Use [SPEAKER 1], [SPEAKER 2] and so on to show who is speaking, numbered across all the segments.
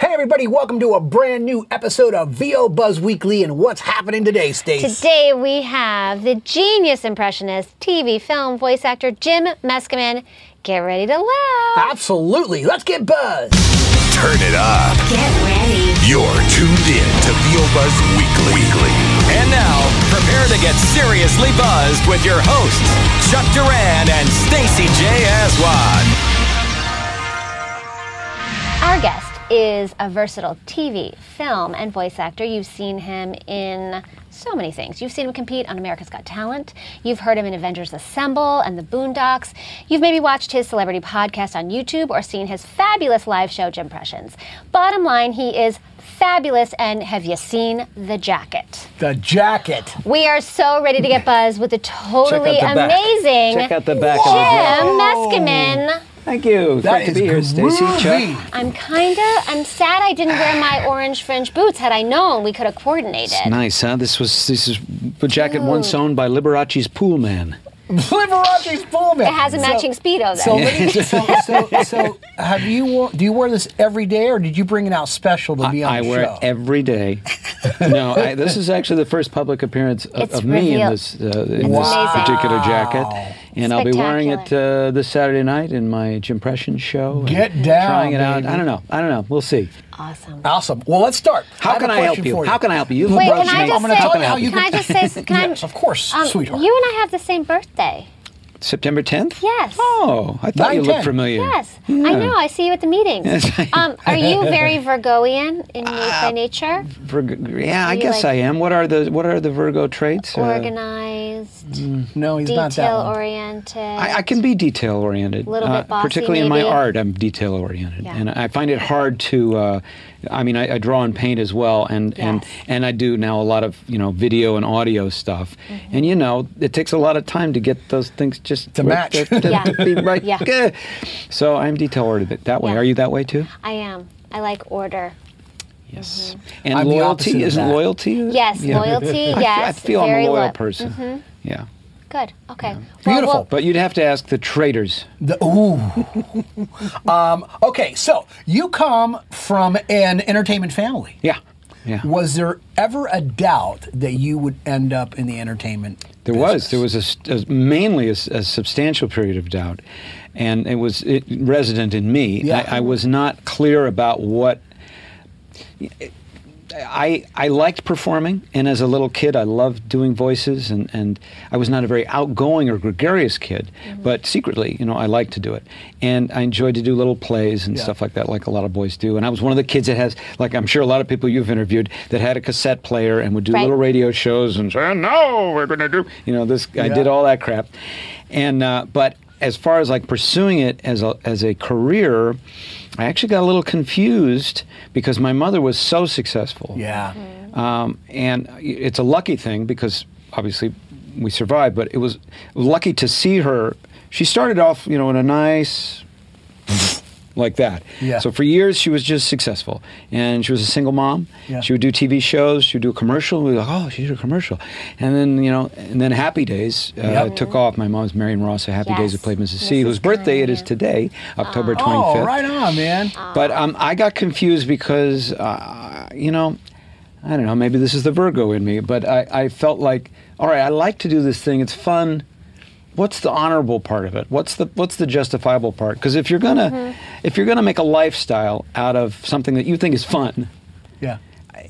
[SPEAKER 1] Hey, everybody, welcome to a brand new episode of VO Buzz Weekly. And what's happening today, Stace?
[SPEAKER 2] Today we have the genius impressionist, TV, film, voice actor Jim Meskimen. Get ready to
[SPEAKER 1] Ah.
[SPEAKER 2] laugh.
[SPEAKER 1] Absolutely. Let's get buzzed.
[SPEAKER 3] Turn it up.
[SPEAKER 4] Get ready.
[SPEAKER 3] You're tuned in to Feel Buzz Weekly. Weekly.
[SPEAKER 5] And now, prepare to get seriously buzzed with your hosts, Chuck Duran and Stacy J. Aswan.
[SPEAKER 2] Our guest is a versatile TV, film, and voice actor. You've seen him in so many things. You've seen him compete on America's Got Talent. You've heard him in Avengers Assemble and The Boondocks. You've maybe watched his celebrity podcast on YouTube or seen his fabulous live show, Jimpressions. Bottom line, he is fabulous. And have you seen The Jacket?
[SPEAKER 1] The jacket.
[SPEAKER 2] We are so ready to get buzzed with the totally
[SPEAKER 6] Check out the back.
[SPEAKER 2] amazing
[SPEAKER 6] Check out the back of the
[SPEAKER 2] Jim Meskimen.
[SPEAKER 6] Thank you.
[SPEAKER 1] That
[SPEAKER 6] Great to
[SPEAKER 1] is
[SPEAKER 6] be here, Stacy.
[SPEAKER 1] groovy.
[SPEAKER 6] Chuck.
[SPEAKER 2] I'm kinda. I'm sad I didn't wear my orange fringe boots. Had I known, we could have coordinated.
[SPEAKER 6] Nice, huh? This was this is a jacket once sewn by Liberace's pool man.
[SPEAKER 1] Liberace's full man.
[SPEAKER 2] It has a matching speedo
[SPEAKER 1] So,
[SPEAKER 2] though.
[SPEAKER 1] let me- so, so, so, have you? wo- Do you wear this every day, or did you bring it out special to be on
[SPEAKER 6] I
[SPEAKER 1] the
[SPEAKER 6] wear
[SPEAKER 1] show?
[SPEAKER 6] it every day. no, I, this is actually the first public appearance of,
[SPEAKER 2] It's
[SPEAKER 6] of me in
[SPEAKER 2] reveal-
[SPEAKER 6] this, uh, in
[SPEAKER 2] It's
[SPEAKER 6] this
[SPEAKER 2] amazing.
[SPEAKER 6] particular jacket, and I'll be wearing it
[SPEAKER 2] Spectacular.
[SPEAKER 6] uh, this Saturday night in my Jimpression show. and
[SPEAKER 1] Get down,
[SPEAKER 6] Trying it out.
[SPEAKER 1] baby.
[SPEAKER 6] I don't know. I don't know. We'll see. Uh,
[SPEAKER 2] awesome.
[SPEAKER 1] awesome. Well, let's start.
[SPEAKER 6] How
[SPEAKER 1] have
[SPEAKER 6] can
[SPEAKER 1] a
[SPEAKER 6] I help
[SPEAKER 1] question
[SPEAKER 6] you?
[SPEAKER 1] for
[SPEAKER 6] How can I help you? You've
[SPEAKER 2] Wait,
[SPEAKER 6] approached
[SPEAKER 2] can I
[SPEAKER 6] me.
[SPEAKER 1] I'm
[SPEAKER 2] just
[SPEAKER 1] gonna
[SPEAKER 2] say?
[SPEAKER 1] tell you how you
[SPEAKER 2] can I
[SPEAKER 1] can-
[SPEAKER 2] just say? Can
[SPEAKER 1] Yes,
[SPEAKER 2] I?
[SPEAKER 1] of course,
[SPEAKER 2] um,
[SPEAKER 1] sweetheart.
[SPEAKER 2] You and I have the same birthday.
[SPEAKER 6] September 10th?
[SPEAKER 2] Yes.
[SPEAKER 6] Oh, I thought you
[SPEAKER 1] 9:10.
[SPEAKER 6] looked familiar.
[SPEAKER 2] Yes, I know. I see you at the meetings. um, are you very Virgoian in
[SPEAKER 6] Ah,
[SPEAKER 2] by nature?
[SPEAKER 6] Virgo, yeah, I
[SPEAKER 2] you
[SPEAKER 6] guess
[SPEAKER 2] like-
[SPEAKER 6] I am. What are the What are the Virgo traits? Uh,
[SPEAKER 2] Organized,
[SPEAKER 6] Mm,
[SPEAKER 1] No, he's not that.
[SPEAKER 2] detail
[SPEAKER 1] one.
[SPEAKER 2] oriented.
[SPEAKER 6] I, I can be detail oriented.
[SPEAKER 2] Little bit bossy,
[SPEAKER 6] particularly in my
[SPEAKER 2] maybe.
[SPEAKER 6] art, I'm detail oriented,
[SPEAKER 2] Yeah.
[SPEAKER 6] and I find it hard to. Uh, I mean, I, I draw and paint as well, and and
[SPEAKER 2] Yes.
[SPEAKER 6] and I do now a lot of you know video and audio stuff,
[SPEAKER 2] Mm-hmm.
[SPEAKER 6] and you know it takes a lot of time to get those things just
[SPEAKER 1] To match.
[SPEAKER 6] right- to- to-
[SPEAKER 2] Yeah.
[SPEAKER 6] to be right.
[SPEAKER 2] Yeah.
[SPEAKER 6] good. So I'm detail oriented that way.
[SPEAKER 2] Yeah. Mm-hmm.
[SPEAKER 6] Are you that way too?
[SPEAKER 2] I am. I like order.
[SPEAKER 6] Yes. And
[SPEAKER 1] I'm the opposite
[SPEAKER 6] loyalty
[SPEAKER 1] of
[SPEAKER 6] isn't
[SPEAKER 1] that.
[SPEAKER 6] loyalty.
[SPEAKER 2] Yes,
[SPEAKER 6] Yeah.
[SPEAKER 2] loyalty.
[SPEAKER 6] I, fe-
[SPEAKER 2] yes,
[SPEAKER 6] I feel
[SPEAKER 2] very
[SPEAKER 6] I'm a loyal
[SPEAKER 2] lo- mm-hmm.
[SPEAKER 6] person. Yeah.
[SPEAKER 2] Good. Okay. Well,
[SPEAKER 1] Beautiful.
[SPEAKER 2] well,
[SPEAKER 6] But you'd have to ask the traders.
[SPEAKER 1] The, ooh. um, okay, so you come from an entertainment family.
[SPEAKER 6] Yeah. Yeah.
[SPEAKER 1] Was there ever a doubt that you would end up in the entertainment?
[SPEAKER 6] There was. There was a, st- a- mainly a, s- a substantial period of doubt, and it was it, resident in me.
[SPEAKER 1] Yeah.
[SPEAKER 6] I, I was not clear about what. I, I liked performing, and as a little kid, I loved doing voices, and, and I was not a very outgoing or gregarious kid,
[SPEAKER 1] Mm-hmm.
[SPEAKER 6] but secretly, you know, I liked to do it. And I enjoyed to do little plays and
[SPEAKER 1] Yeah.
[SPEAKER 6] stuff like that, like a lot of boys do. And I was one of the kids that has, like I'm sure a lot of people you've interviewed, that had a cassette player and would do
[SPEAKER 2] Right.
[SPEAKER 6] little radio shows and say, no, we're going to do, you know, this, I did
[SPEAKER 1] Yeah.
[SPEAKER 6] all that crap. And, uh, but as far as like pursuing it as a, as a career, I actually got a little confused because my mother was so successful.
[SPEAKER 1] Yeah.
[SPEAKER 6] Um, and it's a lucky thing because obviously we survived, but it was lucky to see her. She started off, you know, in a nice, like that.
[SPEAKER 1] Yeah.
[SPEAKER 6] So for years she was just successful, and she was a single mom.
[SPEAKER 1] Yeah.
[SPEAKER 6] She would do TV shows. She would do a commercial. We were like, oh, she did a commercial, and then you know, and then Happy Days uh,
[SPEAKER 1] Yep.
[SPEAKER 6] took off. My mom's Marion Ross, of Happy Days, who
[SPEAKER 2] Yes.
[SPEAKER 6] played Mrs. C,
[SPEAKER 2] Mrs.
[SPEAKER 6] whose birthday it is
[SPEAKER 2] Kanye.
[SPEAKER 6] today, October twenty fifth.
[SPEAKER 1] Oh, right on, man.
[SPEAKER 6] But um, I got confused because, uh, you know, I don't know, maybe this is the Virgo in me, but I, I felt like, all right, I like to do this thing. It's fun. What's the honorable part of it? What's the what's the justifiable part? Because if you're gonna if you're gonna make a lifestyle out of something that you think is fun,
[SPEAKER 1] Yeah.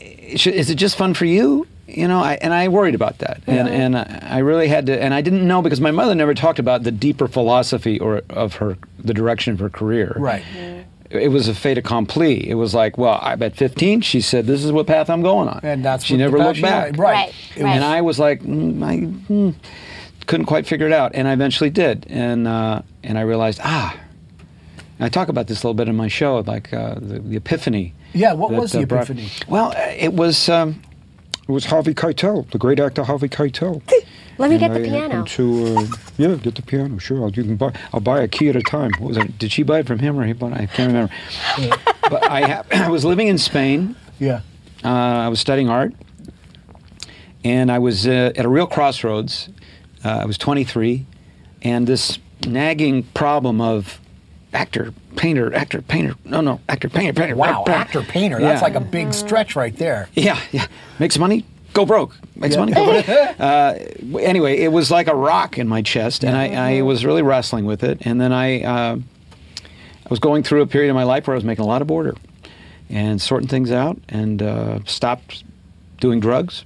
[SPEAKER 6] it should- is it just fun for you? You know, I, and I worried about that, and and I I really had to, and I didn't know because my mother never talked about the deeper philosophy or of her the direction of her career.
[SPEAKER 1] Right.
[SPEAKER 6] It was a fait accompli. It was like, well, I at 15, she said, "This is what path I'm going on,"
[SPEAKER 1] And that's
[SPEAKER 6] she
[SPEAKER 1] what the
[SPEAKER 6] never looked
[SPEAKER 1] passion- Right.
[SPEAKER 6] back.
[SPEAKER 2] Right, right.
[SPEAKER 6] And I was like, mm, I mm, couldn't quite figure it out, and I eventually did, and uh, and I realized, ah. And I talk about this a little bit in my show, like uh, the, the epiphany.
[SPEAKER 1] Yeah, what was the
[SPEAKER 6] brought-
[SPEAKER 1] epiphany?
[SPEAKER 6] well, uh, it was um, it was Harvey Keitel, the great actor Harvey Keitel.
[SPEAKER 2] let me get
[SPEAKER 6] And
[SPEAKER 2] the
[SPEAKER 6] I
[SPEAKER 2] piano.
[SPEAKER 6] happened To, uh, yeah, get the piano. Sure, I'll, you can buy. I'll buy a key at a time. What was it? Did she buy it from him or he bought? It? I can't remember. but I, ha- I was living in Spain.
[SPEAKER 1] Yeah.
[SPEAKER 6] Uh, I was studying art, and I was uh, at a real crossroads. Uh, I was 23, and this nagging problem of actor painter, actor, painter. No, no, actor, painter, painter.
[SPEAKER 1] Wow,
[SPEAKER 6] painter.
[SPEAKER 1] actor painter. That's
[SPEAKER 6] Yeah.
[SPEAKER 1] like a big
[SPEAKER 2] Mm-hmm.
[SPEAKER 1] stretch right there.
[SPEAKER 6] Yeah, yeah. Makes money, go broke. Makes money, go broke. Uh, w- anyway, it was like a rock in my chest, and I, I was really wrestling with it. And then I, uh, I was going through a period in my life where I was making a lot of order and sorting things out, and uh, stopped doing drugs.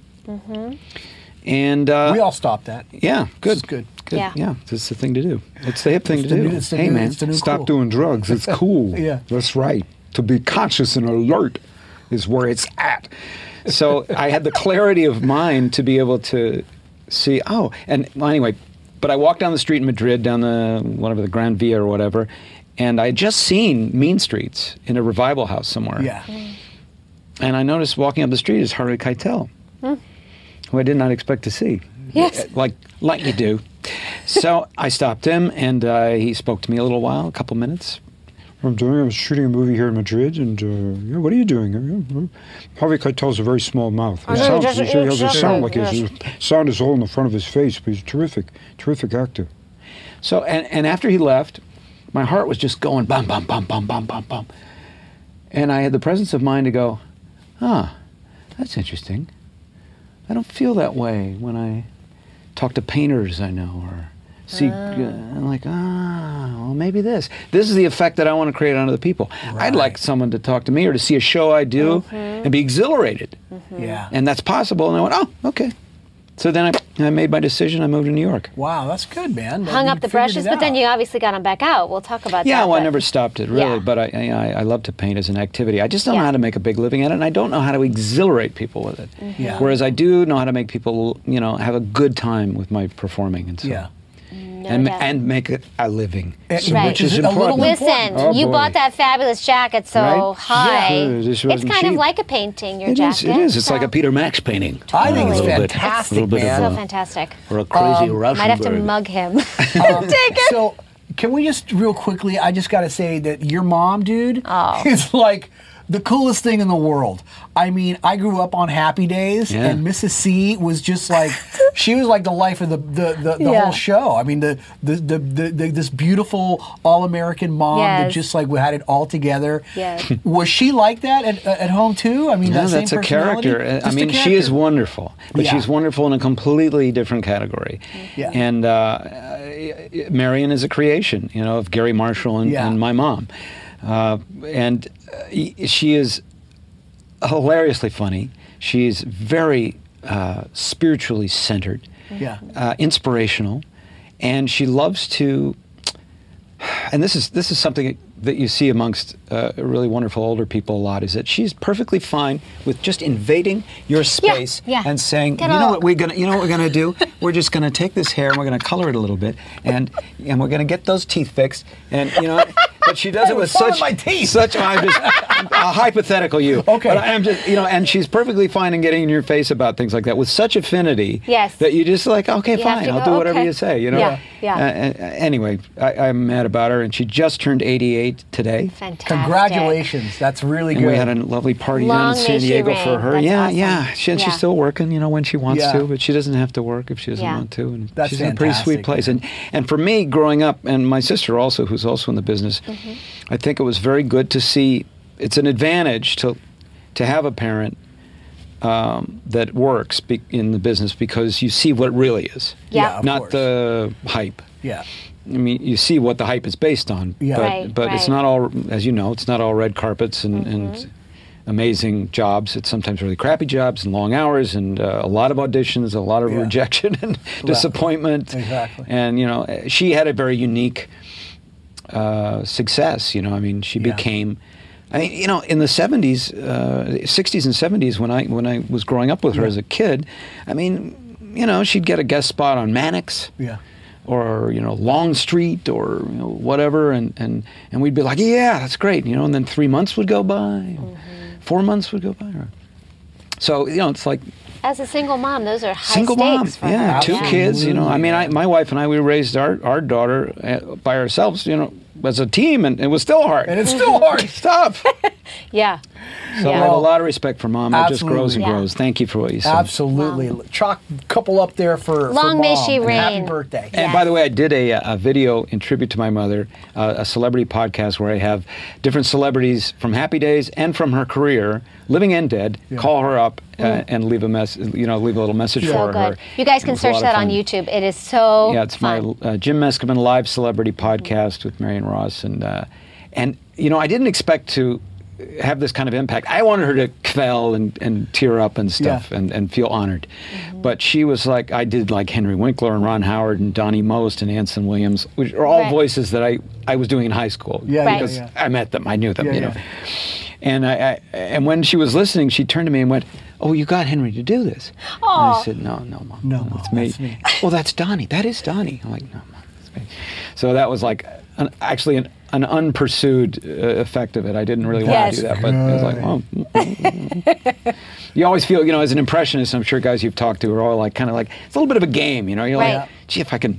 [SPEAKER 6] And uh,
[SPEAKER 1] We all stopped that.
[SPEAKER 6] yeah, good,
[SPEAKER 1] It's good.
[SPEAKER 2] Yeah.
[SPEAKER 6] yeah. It's the thing to do. It's the hip thing
[SPEAKER 1] It's
[SPEAKER 6] to
[SPEAKER 1] the
[SPEAKER 6] do.
[SPEAKER 1] new- it's the
[SPEAKER 6] hey
[SPEAKER 1] new-
[SPEAKER 6] man,
[SPEAKER 1] it's the new
[SPEAKER 6] stop
[SPEAKER 1] cool.
[SPEAKER 6] doing
[SPEAKER 4] doing drugs. It's cool.
[SPEAKER 1] Yeah.
[SPEAKER 4] That's right. To be conscious and alert is where it's at.
[SPEAKER 6] so I had the clarity of mind to be able to see. Oh, and well, anyway, but I walked down the street in Madrid, down the whatever the Grand Via or whatever, and I had just seen Mean Streets in a revival house somewhere.
[SPEAKER 1] Yeah.
[SPEAKER 2] Mm-hmm.
[SPEAKER 6] And I noticed walking up the street is Harvey Keitel, who I did not expect to see.
[SPEAKER 2] Yes.
[SPEAKER 6] Uh, Like, like you do. so I stopped him, and uh, he spoke to me a little while, a couple minutes.
[SPEAKER 4] I'm doing. I was shooting a movie here in Madrid, and uh, yeah, what are you doing? Uh, uh, Harvey Keitel's a very small mouth. He
[SPEAKER 7] know, he
[SPEAKER 4] sounds,
[SPEAKER 7] doesn't-
[SPEAKER 4] he
[SPEAKER 7] he
[SPEAKER 4] doesn't
[SPEAKER 7] doesn't-
[SPEAKER 4] sound like
[SPEAKER 7] yes.
[SPEAKER 4] his sound is all in the front of his face, but he's a terrific, terrific actor.
[SPEAKER 6] So and, and after he left, my heart was just going bum bum bum bum bum bum bum. And I had the presence of mind to go, huh, that's interesting. I don't feel that way when I talk to painters I know or see. uh, I'm like, ah, well, maybe this. This is the effect that I want to create on other people. I'd like someone to talk to me or to see a show I do and be exhilarated.
[SPEAKER 1] Yeah.
[SPEAKER 6] And that's possible. And I went, oh, okay. So then I, I made my decision. I moved to New York.
[SPEAKER 1] wow, that's good, man. That
[SPEAKER 2] Hung
[SPEAKER 1] you
[SPEAKER 2] up the
[SPEAKER 1] figured
[SPEAKER 2] brushes,
[SPEAKER 1] it
[SPEAKER 2] but then
[SPEAKER 1] out.
[SPEAKER 2] you obviously got them back out. We'll talk about
[SPEAKER 6] Yeah,
[SPEAKER 2] that.
[SPEAKER 6] well, I
[SPEAKER 2] but-
[SPEAKER 6] never stopped it really,
[SPEAKER 2] Yeah.
[SPEAKER 6] but I, I I love to paint as an activity. I just don't know
[SPEAKER 2] Yeah.
[SPEAKER 6] how to make a big living at it, and I don't know how to exhilarate people with it.
[SPEAKER 2] Mm-hmm.
[SPEAKER 1] Yeah.
[SPEAKER 6] Whereas I do know how to make people, you know, have a good time with my performing and so.
[SPEAKER 1] Yeah.
[SPEAKER 6] and
[SPEAKER 2] doubt.
[SPEAKER 6] and make a, a living,
[SPEAKER 1] Eh,
[SPEAKER 6] so-
[SPEAKER 2] right.
[SPEAKER 6] which is
[SPEAKER 1] A little
[SPEAKER 6] important.
[SPEAKER 1] bit-
[SPEAKER 2] Listen,
[SPEAKER 1] important.
[SPEAKER 2] you
[SPEAKER 6] Oh,
[SPEAKER 2] bought
[SPEAKER 6] boy.
[SPEAKER 2] that fabulous jacket so
[SPEAKER 6] Right?
[SPEAKER 2] high.
[SPEAKER 6] Yeah. Sure,
[SPEAKER 2] It's
[SPEAKER 6] this
[SPEAKER 2] kind
[SPEAKER 6] wasn't
[SPEAKER 2] of
[SPEAKER 6] cheap.
[SPEAKER 2] like a painting, your
[SPEAKER 6] It is.
[SPEAKER 2] jacket.
[SPEAKER 6] It is. It's like
[SPEAKER 2] so-
[SPEAKER 6] a Peter Max painting.
[SPEAKER 1] I think
[SPEAKER 6] A
[SPEAKER 1] it's
[SPEAKER 6] little bit-
[SPEAKER 1] fantastic,
[SPEAKER 6] a little bit
[SPEAKER 1] man.
[SPEAKER 2] So
[SPEAKER 6] Of a,
[SPEAKER 2] fantastic.
[SPEAKER 6] or a crazy Russian
[SPEAKER 2] Might have to mug him.
[SPEAKER 1] Um, So, can we just real quickly? I just got to say that your mom, dude,
[SPEAKER 2] Oh.
[SPEAKER 1] is like the coolest thing in the world. I mean, I grew up on Happy Days,
[SPEAKER 6] Yeah.
[SPEAKER 1] and Mrs. C was just like she was like the life of the the, the, the
[SPEAKER 2] Yeah.
[SPEAKER 1] whole show. I mean, the the, the, the, the this beautiful all American mom that
[SPEAKER 2] Yes.
[SPEAKER 1] just like had it all together.
[SPEAKER 2] Yes.
[SPEAKER 1] was she like that at, at home too? I mean,
[SPEAKER 6] No,
[SPEAKER 1] that same
[SPEAKER 6] that's a
[SPEAKER 1] personality?
[SPEAKER 6] character. I-
[SPEAKER 1] Just
[SPEAKER 6] I
[SPEAKER 1] a
[SPEAKER 6] mean, she is
[SPEAKER 1] character.
[SPEAKER 6] wonderful, but
[SPEAKER 1] Yeah. Mm-hmm.
[SPEAKER 6] she's wonderful in a completely different category.
[SPEAKER 1] Yeah.
[SPEAKER 6] And uh, uh, Marion is a creation, you know, of Gary Marshall and,
[SPEAKER 1] Yeah.
[SPEAKER 6] and my mom. Uh, and uh, y- she is hilariously funny. She's very uh, spiritually centered,
[SPEAKER 1] Yeah.
[SPEAKER 6] uh, inspirational, and she loves to and this is this is something that you see amongst uh, really wonderful older people a lot is that she's perfectly fine with just invading your space
[SPEAKER 2] yeah.
[SPEAKER 6] and saying,
[SPEAKER 2] Get
[SPEAKER 6] you know
[SPEAKER 2] all-
[SPEAKER 6] what we're gonna, you know what we're gonna do? we're just gonna take this hair and we're gonna color it a little bit, and and we're gonna get those teeth fixed, and you know. But she does it with
[SPEAKER 1] fun of
[SPEAKER 6] such
[SPEAKER 1] my teeth.
[SPEAKER 6] such. I'm just a hypothetical you.
[SPEAKER 1] Okay.
[SPEAKER 6] But I'm just you know, and she's perfectly fine in getting in your face about things like that with such affinity.
[SPEAKER 2] Yes.
[SPEAKER 6] That you just like okay,
[SPEAKER 2] You have
[SPEAKER 6] fine,
[SPEAKER 2] to
[SPEAKER 6] I'll
[SPEAKER 2] go,
[SPEAKER 6] do whatever
[SPEAKER 2] okay.
[SPEAKER 6] you say. You know.
[SPEAKER 2] Yeah, yeah.
[SPEAKER 6] Uh, a- a- anyway, I, I'm mad about her, and she just turned 88 today.
[SPEAKER 2] Fantastic.
[SPEAKER 1] Congratulations, that's really
[SPEAKER 6] And
[SPEAKER 1] good.
[SPEAKER 6] we had a lovely party
[SPEAKER 2] Long
[SPEAKER 6] down in San
[SPEAKER 2] may she
[SPEAKER 6] Diego
[SPEAKER 2] reign.
[SPEAKER 6] for her.
[SPEAKER 2] That's
[SPEAKER 6] yeah,
[SPEAKER 2] awesome.
[SPEAKER 6] yeah. She, and
[SPEAKER 2] Yeah.
[SPEAKER 6] She's still working, you know, when she wants
[SPEAKER 1] Yeah.
[SPEAKER 6] to, but she doesn't have to work if she doesn't
[SPEAKER 2] Yeah.
[SPEAKER 6] want to. And
[SPEAKER 1] That's
[SPEAKER 6] she's in a pretty
[SPEAKER 1] fantastic.
[SPEAKER 6] sweet place. And and for me, growing up, and my sister also, who's also in the business,
[SPEAKER 2] Mm-hmm.
[SPEAKER 6] I think it was very good to see. It's an advantage to to have a parent um, that works be, in the business because you see what really is,
[SPEAKER 2] Yeah. Yeah,
[SPEAKER 1] of
[SPEAKER 6] not
[SPEAKER 1] course.
[SPEAKER 6] the hype.
[SPEAKER 1] yeah.
[SPEAKER 6] I mean, you see what the hype is based on,
[SPEAKER 1] Yeah.
[SPEAKER 6] but,
[SPEAKER 2] Right,
[SPEAKER 6] but
[SPEAKER 2] right.
[SPEAKER 6] it's not all, as you know, it's not all red carpets and, and
[SPEAKER 2] Mm-hmm.
[SPEAKER 6] amazing jobs. It's sometimes really crappy jobs and long hours and uh, a lot of auditions, a lot of
[SPEAKER 1] Yeah.
[SPEAKER 6] rejection and disappointment.
[SPEAKER 1] Exactly.
[SPEAKER 6] And, you know, eh, she had a very unique uh, success. You know, I mean, she
[SPEAKER 1] Yeah.
[SPEAKER 6] became. I mean, you know, in the '70s, uh, '60s and '70s, when I when I was growing up with her as a kid, I mean, you know, she'd get a guest spot on Mannix
[SPEAKER 1] Yeah.
[SPEAKER 6] or you know Longstreet or you know, whatever, and, and and we'd be like, yeah, that's great, you know. And then three months would go by,
[SPEAKER 2] Mm-hmm.
[SPEAKER 6] four months would go by. or- So you know, it's like
[SPEAKER 2] As a single mom, those are high
[SPEAKER 6] single
[SPEAKER 2] stakes
[SPEAKER 6] mom,
[SPEAKER 2] for
[SPEAKER 6] yeah,
[SPEAKER 2] her.
[SPEAKER 6] two
[SPEAKER 2] yeah.
[SPEAKER 6] kids. You know, I mean, I, my wife and I we raised our our daughter uh, by ourselves, you know, as a team, and it was still hard.
[SPEAKER 1] And it's still hard.
[SPEAKER 6] It's tough.
[SPEAKER 2] Yeah.
[SPEAKER 6] So I have a
[SPEAKER 1] Well,
[SPEAKER 6] lot of respect for mom. It just grows and
[SPEAKER 1] absolutely.
[SPEAKER 6] grows. Thank you for what you said.
[SPEAKER 1] Absolutely. Chalk couple up there for for
[SPEAKER 2] Long may
[SPEAKER 1] Mom,
[SPEAKER 2] she
[SPEAKER 1] and
[SPEAKER 2] reign.
[SPEAKER 1] Happy birthday.
[SPEAKER 2] Yeah.
[SPEAKER 6] And by the way, I did a, uh, a video in tribute to my mother, uh, a celebrity podcast where I have different celebrities from Happy Days and from her career, living and dead, call her up uh, and leave a mess, you know, leave a little message
[SPEAKER 2] Mm. So
[SPEAKER 6] for her.
[SPEAKER 2] good. You guys
[SPEAKER 6] It
[SPEAKER 2] can
[SPEAKER 6] was a
[SPEAKER 2] search
[SPEAKER 6] lot of
[SPEAKER 2] that on
[SPEAKER 6] fun.
[SPEAKER 2] YouTube. It is so
[SPEAKER 6] Yeah, it's my
[SPEAKER 2] fun.
[SPEAKER 6] uh, Jim Meskimen live celebrity podcast with Marion Ross, and uh, and you know I didn't expect to have this kind of impact. I wanted her to quell and, and tear up and stuff
[SPEAKER 1] Yeah.
[SPEAKER 6] and, and feel honored, but she was like I did like Henry Winkler and Ron Howard and Donnie Most and Anson Williams, which are all
[SPEAKER 2] Right.
[SPEAKER 6] voices that I I was doing in high school.
[SPEAKER 1] Yeah,
[SPEAKER 2] Right. yeah,
[SPEAKER 6] because
[SPEAKER 1] yeah.
[SPEAKER 6] I met them, I knew them,
[SPEAKER 1] Yeah,
[SPEAKER 6] you
[SPEAKER 1] yeah.
[SPEAKER 6] know. And I, I and when she was listening, she turned to me and went, "Oh, you got Henry to do this?" And I
[SPEAKER 2] Aw.
[SPEAKER 6] said, "No, no, mom,
[SPEAKER 1] No,
[SPEAKER 6] it's
[SPEAKER 1] Mom,
[SPEAKER 6] me.
[SPEAKER 1] that's me.
[SPEAKER 6] Well, that's Donnie. That is Donnie. I'm like, no, mom, that's me. So that was like, an, actually, an, an unpursued uh, effect of it. I didn't really want
[SPEAKER 2] Yes.
[SPEAKER 6] to do that, but I was like, well. mm, mm. you always feel, you know, as an impressionist, I'm sure guys you've talked to are all like, kind of like, it's a little bit of a game, you know. You're
[SPEAKER 2] Right.
[SPEAKER 6] like, gee, if I can,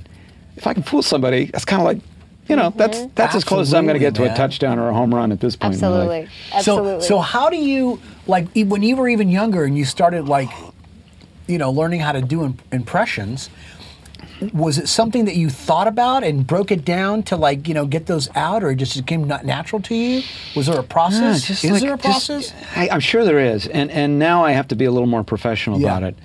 [SPEAKER 6] if I can fool somebody, that's kind of like, you know, that's
[SPEAKER 2] Mm-hmm.
[SPEAKER 6] that's as close as I'm going to get to
[SPEAKER 1] Absolutely, man.
[SPEAKER 6] a touchdown or a home run at this point. in my life.
[SPEAKER 2] Absolutely. Absolutely.
[SPEAKER 1] So, so how do you like e- when you were even younger and you started like, you know, learning how to do im- impressions? Was it something that you thought about and broke it down to like you know get those out, or just it came not natural to you? Was there a
[SPEAKER 6] Yeah,
[SPEAKER 1] process?
[SPEAKER 6] just
[SPEAKER 1] Is
[SPEAKER 6] like-
[SPEAKER 1] there a
[SPEAKER 6] just-
[SPEAKER 1] process?
[SPEAKER 6] I, am sure there is, and and now I have to be a little more professional
[SPEAKER 1] Yeah.
[SPEAKER 6] about it.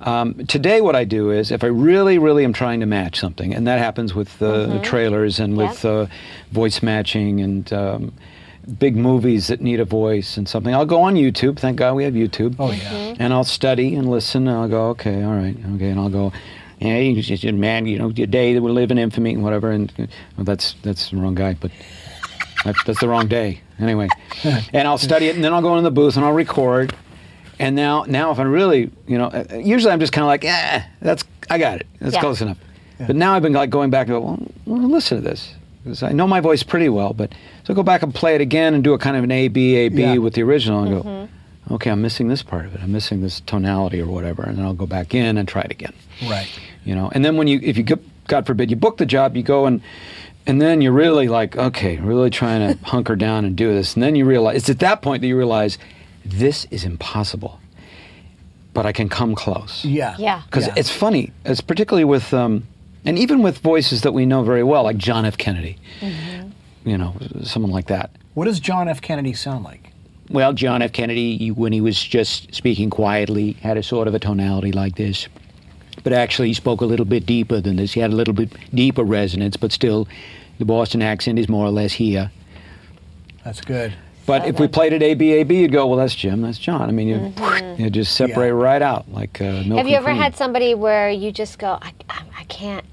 [SPEAKER 6] Um, today, what I do is, if I really, really am trying to match something, and that happens with uh,
[SPEAKER 1] Mm-hmm.
[SPEAKER 6] trailers and with
[SPEAKER 2] Yeah.
[SPEAKER 6] uh, voice matching and um, big movies that need a voice and something, I'll go on YouTube. Thank God we have YouTube.
[SPEAKER 1] Oh, yeah. Mhm.
[SPEAKER 6] And I'll study and listen, and I'll go, okay, all right, okay, and I'll go. Hey, you just- man, you know, day that we live in infamy and whatever, and well, that's that's the wrong guy, but that, that's the wrong day. Anyway, and I'll study it, and then I'll go in the booth and I'll record. And now, now if I really, you know, uh, uh, usually I'm just kind of like, eh, that's I got it. That's
[SPEAKER 2] Yeah.
[SPEAKER 6] close enough. But now I've been like going back and go, well, well listen to this. 'Cause I know my voice pretty well, but so I go back and play it again and do a kind of an A B A B
[SPEAKER 1] Yeah.
[SPEAKER 6] with the original and go, okay, I'm missing this part of it. I'm missing this tonality or whatever, and then I'll go back in and try it again
[SPEAKER 1] Right.
[SPEAKER 6] you know and then when you if you go- god forbid you book the job you go and and then you're really like okay really trying to hunker down and do this and then you realize it's at that point that you realize this is impossible but i can come close
[SPEAKER 1] Yeah.
[SPEAKER 2] Yeah.
[SPEAKER 6] because it's funny it's particularly with um, and even with voices that we know very well like john f kennedy you know someone like that
[SPEAKER 1] What does John F. Kennedy sound like?
[SPEAKER 6] well, John F. Kennedy, you- when he was just speaking quietly, had a sort of a tonality like this. But actually, he spoke a little bit deeper than this. He had a little bit deeper resonance, but still, the Boston accent is more or less here.
[SPEAKER 1] That's good.
[SPEAKER 6] But if we played it ABAB, you'd go, well, that's Jim, that's John. I mean, you'd, you'd just separate
[SPEAKER 1] Yeah.
[SPEAKER 6] right out like uh, milk
[SPEAKER 2] Mm-hmm. have you
[SPEAKER 6] and
[SPEAKER 2] ever
[SPEAKER 6] cream.
[SPEAKER 2] had somebody where you just go, I, I, I can't.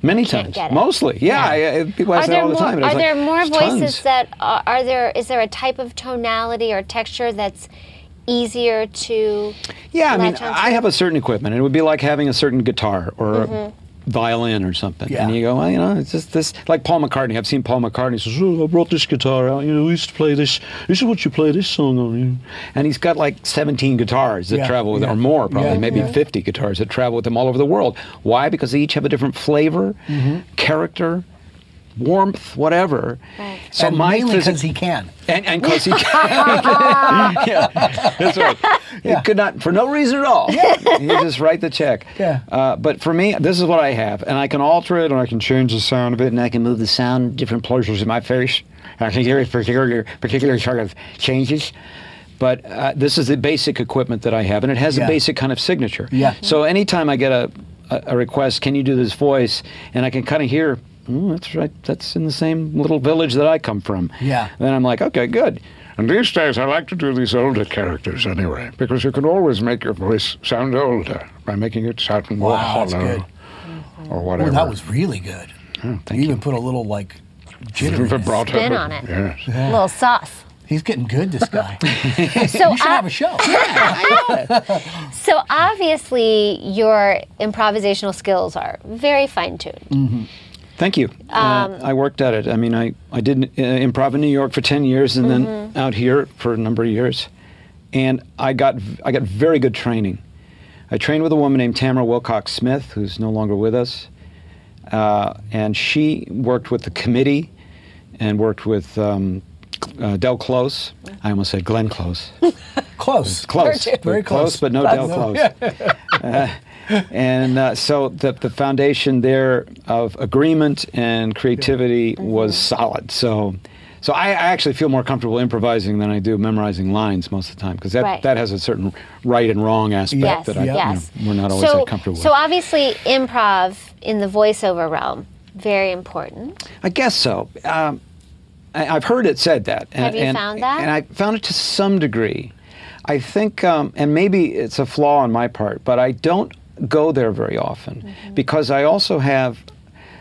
[SPEAKER 6] Many
[SPEAKER 2] can't
[SPEAKER 6] times.
[SPEAKER 2] get it?
[SPEAKER 6] Mostly. Yeah. I, I, people ask that all the
[SPEAKER 2] more,
[SPEAKER 6] time. and I
[SPEAKER 2] are
[SPEAKER 6] was
[SPEAKER 2] there
[SPEAKER 6] like,
[SPEAKER 2] more
[SPEAKER 6] "There's
[SPEAKER 2] voices uh,
[SPEAKER 6] tons."
[SPEAKER 2] that are, are there? Is there a type of tonality or texture that's easier to?
[SPEAKER 6] Yeah, I mean,
[SPEAKER 2] latch onto?
[SPEAKER 6] I have a certain equipment, and it would be like having a certain guitar or a violin or something.
[SPEAKER 1] Yeah.
[SPEAKER 6] And you go, well, you know, it's just this, like Paul McCartney. I've seen Paul McCartney he says, oh, I brought this guitar out. You know, we used to play this. This is what you play this song on. you know." And he's got like 17 guitars that
[SPEAKER 1] Yeah,
[SPEAKER 6] travel with
[SPEAKER 1] yeah.
[SPEAKER 6] or more, probably,
[SPEAKER 1] Yeah,
[SPEAKER 6] maybe
[SPEAKER 1] yeah.
[SPEAKER 6] 50 guitars that travel with them all over the world. Why? Because they each have a different flavor,
[SPEAKER 1] Mm-hmm.
[SPEAKER 6] character, warmth, whatever.
[SPEAKER 2] Right.
[SPEAKER 6] So
[SPEAKER 1] and
[SPEAKER 6] my
[SPEAKER 1] mainly
[SPEAKER 6] physic-
[SPEAKER 1] because he can.
[SPEAKER 6] and and because he yeah, that's right.
[SPEAKER 1] Yeah.
[SPEAKER 6] He could not for no reason at all. He just write the check.
[SPEAKER 1] Yeah.
[SPEAKER 6] Uh, but for me, this is what I have, and I can alter it, and I can change the sound of it, and I can move the sound different places in my face. and I can hear it particular particular sort of changes. But uh, this is the basic equipment that I have, and it has
[SPEAKER 1] Yeah.
[SPEAKER 6] a basic kind of signature.
[SPEAKER 1] Yeah.
[SPEAKER 6] So anytime I get a, a, a request, can you do this voice? And I can kind of hear, "Mm, that's right, that's in the same little village that I come from. Uh,
[SPEAKER 1] Yeah.
[SPEAKER 6] Then I'm like, okay, good.
[SPEAKER 7] And these days, I like to do these older characters anyway, because you can always make your voice sound older by making it sound more
[SPEAKER 1] Wow, that's
[SPEAKER 7] hollow
[SPEAKER 1] good.
[SPEAKER 7] or whatever.
[SPEAKER 1] Well, that was really good.
[SPEAKER 6] Hmm, thank
[SPEAKER 1] even put a little like jitter. in it.
[SPEAKER 7] vibrato.
[SPEAKER 2] Spin on it.
[SPEAKER 7] Yes.
[SPEAKER 2] Little sauce.
[SPEAKER 1] He's getting good, this guy. you
[SPEAKER 2] So
[SPEAKER 1] should
[SPEAKER 2] I-
[SPEAKER 1] have a show.
[SPEAKER 2] So obviously, your improvisational skills are very fine tuned.
[SPEAKER 6] Mm, Thank you. uh, I worked at it. I mean, I, I did uh, improv in New York for 10 years and then out here for a number of years. And I got, v- I got very good training. I trained with a woman named Tamara Wilcox Smith, who's no longer with us. Uh, and she worked with the committee and worked with um, uh, Del Close. I almost said Glenn Close.
[SPEAKER 1] Close.
[SPEAKER 6] Close,
[SPEAKER 2] Very
[SPEAKER 6] but
[SPEAKER 1] close.
[SPEAKER 6] but no
[SPEAKER 1] But
[SPEAKER 6] Del
[SPEAKER 1] no-
[SPEAKER 6] Close. Uh, and uh, so the, the foundation there of agreement and creativity
[SPEAKER 2] Mm-hmm.
[SPEAKER 6] was solid. So, so I, I actually feel more comfortable improvising than I do memorizing lines most of the time because that,
[SPEAKER 2] Right.
[SPEAKER 6] that has a certain right and wrong aspect
[SPEAKER 2] Yes,
[SPEAKER 6] that I, you know,
[SPEAKER 2] yes.
[SPEAKER 6] we're not always
[SPEAKER 2] so,
[SPEAKER 6] that comfortable
[SPEAKER 2] So
[SPEAKER 6] with.
[SPEAKER 2] obviously, improv in the voiceover realm very important.
[SPEAKER 6] I guess so. Um, I, I've heard it said that. And,
[SPEAKER 2] Have you
[SPEAKER 6] and-
[SPEAKER 2] found that?
[SPEAKER 6] And I found it to some degree. I think, um, and maybe it's a flaw on my part, but I don't go there very often
[SPEAKER 2] Mm-hmm.
[SPEAKER 6] because I also have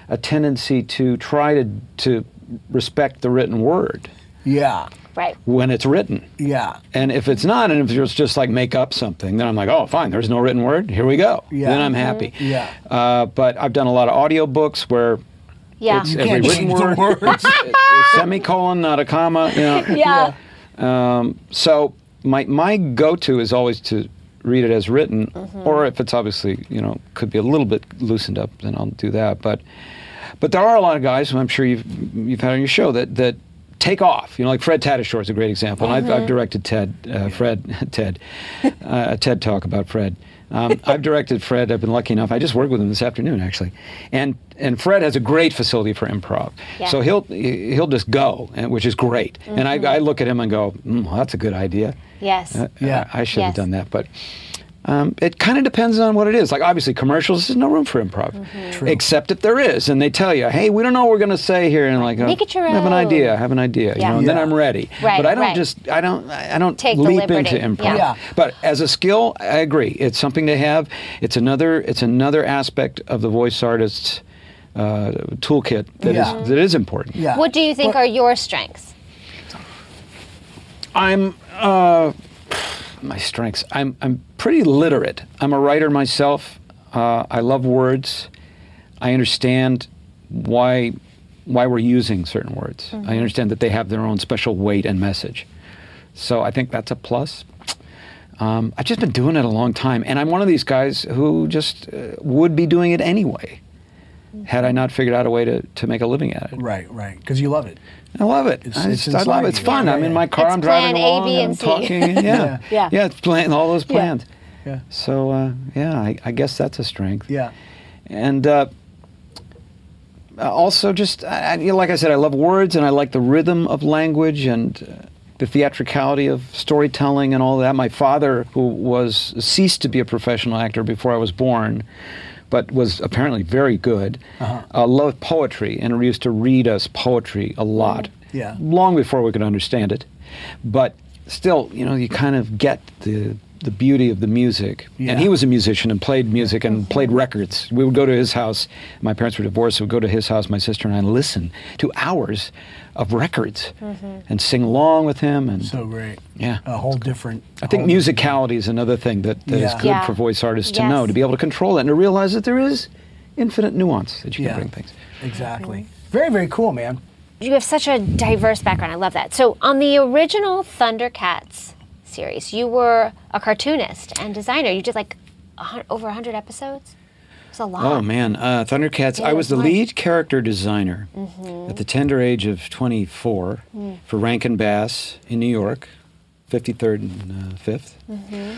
[SPEAKER 6] a tendency to try to to respect the written word
[SPEAKER 1] Yeah.
[SPEAKER 2] Right.
[SPEAKER 6] when it's written.
[SPEAKER 1] Yeah.
[SPEAKER 6] And if it's not, and if it's just like make up something, then I'm like, oh, fine, there's no written word. Here we go.
[SPEAKER 1] Yeah.
[SPEAKER 6] Then I'm happy.
[SPEAKER 1] Yeah.
[SPEAKER 6] Uh, but I've done a lot of audiobooks where
[SPEAKER 2] Yeah.
[SPEAKER 6] it's
[SPEAKER 1] You
[SPEAKER 6] every
[SPEAKER 1] can't
[SPEAKER 6] written
[SPEAKER 1] change the
[SPEAKER 6] word,
[SPEAKER 1] words.
[SPEAKER 6] it's a semicolon, not a comma. You know.
[SPEAKER 2] yeah.
[SPEAKER 6] So my my go-to is always to read it as written,
[SPEAKER 2] Mm-hmm.
[SPEAKER 6] or if it's obviously you know could be a little bit loosened up, then I'll do that. But but there are a lot of guys who I'm sure you've you've had on your show that that take off. You know, like Fred Tatasciore is a great example. And I've, I've directed Ted, uh, Fred, Ted, uh, a TED talk about Fred. Um, I've directed Fred. I've been lucky enough. I just worked with him this afternoon, actually, and and Fred has a great facility for improv.
[SPEAKER 2] Yeah.
[SPEAKER 6] So he'll he'll just go, and, which is great. And I, I look at him and go, mm, well, that's a good idea.
[SPEAKER 2] Yes.
[SPEAKER 6] Uh,
[SPEAKER 1] Yeah.
[SPEAKER 6] I, should
[SPEAKER 2] Yes.
[SPEAKER 6] have done that, but. Um, it kind of depends on what it is. Like obviously, commercials there's no room for improv,
[SPEAKER 2] Mm-hmm.
[SPEAKER 1] True.
[SPEAKER 6] except if there is, and they tell you, "Hey, we don't know what we're going to say here," and like,
[SPEAKER 2] Make
[SPEAKER 6] oh,
[SPEAKER 2] it your
[SPEAKER 6] I have an
[SPEAKER 2] own.
[SPEAKER 6] idea, I have an idea,
[SPEAKER 2] Yeah.
[SPEAKER 6] you know, and then
[SPEAKER 1] Yeah.
[SPEAKER 6] I'm ready.
[SPEAKER 2] Right,
[SPEAKER 6] but I don't
[SPEAKER 2] right.
[SPEAKER 6] just, I don't, I don't
[SPEAKER 2] Take the
[SPEAKER 6] leap into
[SPEAKER 2] liberty.
[SPEAKER 6] improv.
[SPEAKER 2] Yeah.
[SPEAKER 1] Yeah.
[SPEAKER 6] But as a skill, I agree, it's something to have. It's another, it's another aspect of the voice artist's uh, toolkit that is
[SPEAKER 1] Yeah.
[SPEAKER 6] that is important.
[SPEAKER 1] Yeah.
[SPEAKER 2] What do you think
[SPEAKER 1] Well-
[SPEAKER 2] are your strengths?
[SPEAKER 6] I'm uh, my strengths. I'm I'm pretty literate. I'm a writer myself. Uh, I love words. I understand why why we're using certain words. I understand that they have their own special weight and message. So I think that's a plus. Um, I've just been doing it a long time, and I'm one of these guys who just uh, would be doing it anyway, had I not figured out a way to, to make a living at it.
[SPEAKER 1] Right, right. Because you love it.
[SPEAKER 6] I love it.
[SPEAKER 1] It's-
[SPEAKER 6] I,
[SPEAKER 1] it's
[SPEAKER 6] just, I
[SPEAKER 1] inside
[SPEAKER 6] love it. It's
[SPEAKER 1] you.
[SPEAKER 6] fun.
[SPEAKER 1] Yeah,
[SPEAKER 6] I'm
[SPEAKER 1] yeah.
[SPEAKER 6] in my car.
[SPEAKER 2] It's
[SPEAKER 6] I'm driving
[SPEAKER 2] plan A,
[SPEAKER 6] along.
[SPEAKER 2] B,
[SPEAKER 6] and
[SPEAKER 2] and
[SPEAKER 6] I'm
[SPEAKER 2] C.
[SPEAKER 6] talking. and yeah.
[SPEAKER 2] Yeah.
[SPEAKER 6] yeah, It's plan all those plans.
[SPEAKER 1] Yeah.
[SPEAKER 6] So uh, yeah, I, I guess that's a strength.
[SPEAKER 1] Yeah.
[SPEAKER 6] And uh, uh, also, just I, I- you know, like I said, I love words and I like the rhythm of language and uh, the theatricality of storytelling and all that. My father, who was ceased to be a professional actor before I was born, but was apparently very good,
[SPEAKER 1] Uh-huh.
[SPEAKER 6] uh loved poetry and used to read us poetry a lot.
[SPEAKER 1] Yeah.
[SPEAKER 6] Long before we could understand it, but still, you know, you kind of get the the beauty of the music.
[SPEAKER 1] Yeah.
[SPEAKER 6] And he was a musician and played music and played records. We would go to his house. My parents were divorced, so we'd go to his house, my sister and I, and listen to hours of records
[SPEAKER 2] Mm-hmm.
[SPEAKER 6] and sing along with him. And
[SPEAKER 1] So great.
[SPEAKER 6] Yeah.
[SPEAKER 1] A whole different.
[SPEAKER 6] I think
[SPEAKER 1] whole different-
[SPEAKER 6] musicality is another thing that, that is
[SPEAKER 1] Yeah.
[SPEAKER 6] good
[SPEAKER 2] Yeah.
[SPEAKER 6] for voice artists to
[SPEAKER 2] Yes.
[SPEAKER 6] know, to be able to control it and to realize that there is infinite nuance that you
[SPEAKER 1] Yeah.
[SPEAKER 6] can bring things.
[SPEAKER 1] Exactly. Very, very cool, man.
[SPEAKER 2] You have such a diverse background. I love that. So, on the original Thundercats series, you were a cartoonist and designer. You did like a hun- over 100 episodes. It's a lot.
[SPEAKER 6] Oh man, uh, Thundercats!
[SPEAKER 2] Yeah,
[SPEAKER 6] I was the
[SPEAKER 2] why? Mm-hmm.
[SPEAKER 6] lead character designer at the tender age of 24
[SPEAKER 2] Mm.
[SPEAKER 6] for Rankin Bass in New York, 53rd and uh, 5th.
[SPEAKER 2] Mm-hmm.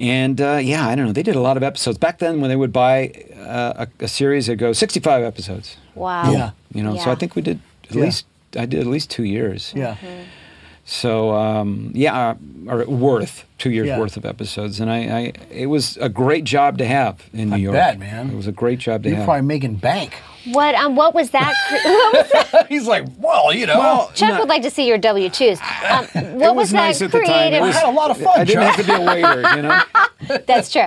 [SPEAKER 6] And uh, yeah, I don't know. They did a lot of episodes back then. When they would buy uh, a, a series, they'd go 65 episodes.
[SPEAKER 2] Wow.
[SPEAKER 1] Yeah.
[SPEAKER 6] You know, so I
[SPEAKER 2] Yeah.
[SPEAKER 6] think we did at
[SPEAKER 1] Yeah.
[SPEAKER 6] least I did at least two years.
[SPEAKER 1] Yeah.
[SPEAKER 2] Mm-hmm.
[SPEAKER 6] So um, yeah, uh, or worth two years
[SPEAKER 1] Yeah.
[SPEAKER 6] worth of episodes, and I, I it was a great job to have in New York.
[SPEAKER 1] bet, man.
[SPEAKER 6] It was a great job to
[SPEAKER 1] You're
[SPEAKER 6] have.
[SPEAKER 1] probably making bank.
[SPEAKER 2] What um what was that? Cre- what was that?
[SPEAKER 1] He's like, well, you know.
[SPEAKER 6] Well,
[SPEAKER 2] Chuck
[SPEAKER 6] no,
[SPEAKER 2] would like to see your W twos. Um,
[SPEAKER 6] it
[SPEAKER 2] what was, that
[SPEAKER 6] nice at the
[SPEAKER 2] creative?
[SPEAKER 6] time. It
[SPEAKER 1] I
[SPEAKER 6] was-
[SPEAKER 1] had a lot of fun,
[SPEAKER 6] I didn't
[SPEAKER 1] Chuck.
[SPEAKER 6] have to be a waiter, you know.
[SPEAKER 2] That's true.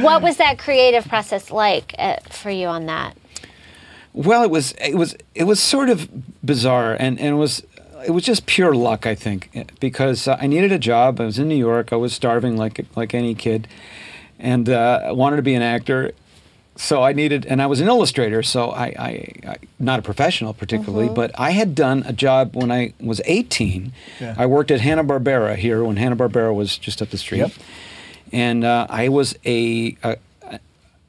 [SPEAKER 2] What was that creative process like uh, for you on that?
[SPEAKER 6] Well, it was it was it was sort of bizarre, and and it was it was just pure luck, I think, because uh, I needed a job. I was in New York. I was starving like like any kid, and uh, I wanted to be an actor. So I needed, and I was an illustrator. So I, I, I not a professional particularly,
[SPEAKER 1] Mm-hmm.
[SPEAKER 6] but I had done a job when I was 18.
[SPEAKER 1] Yeah.
[SPEAKER 6] I worked at Hanna Barbera here when Hanna Barbera was just up the street,
[SPEAKER 1] Yep.
[SPEAKER 6] and uh, I was a, a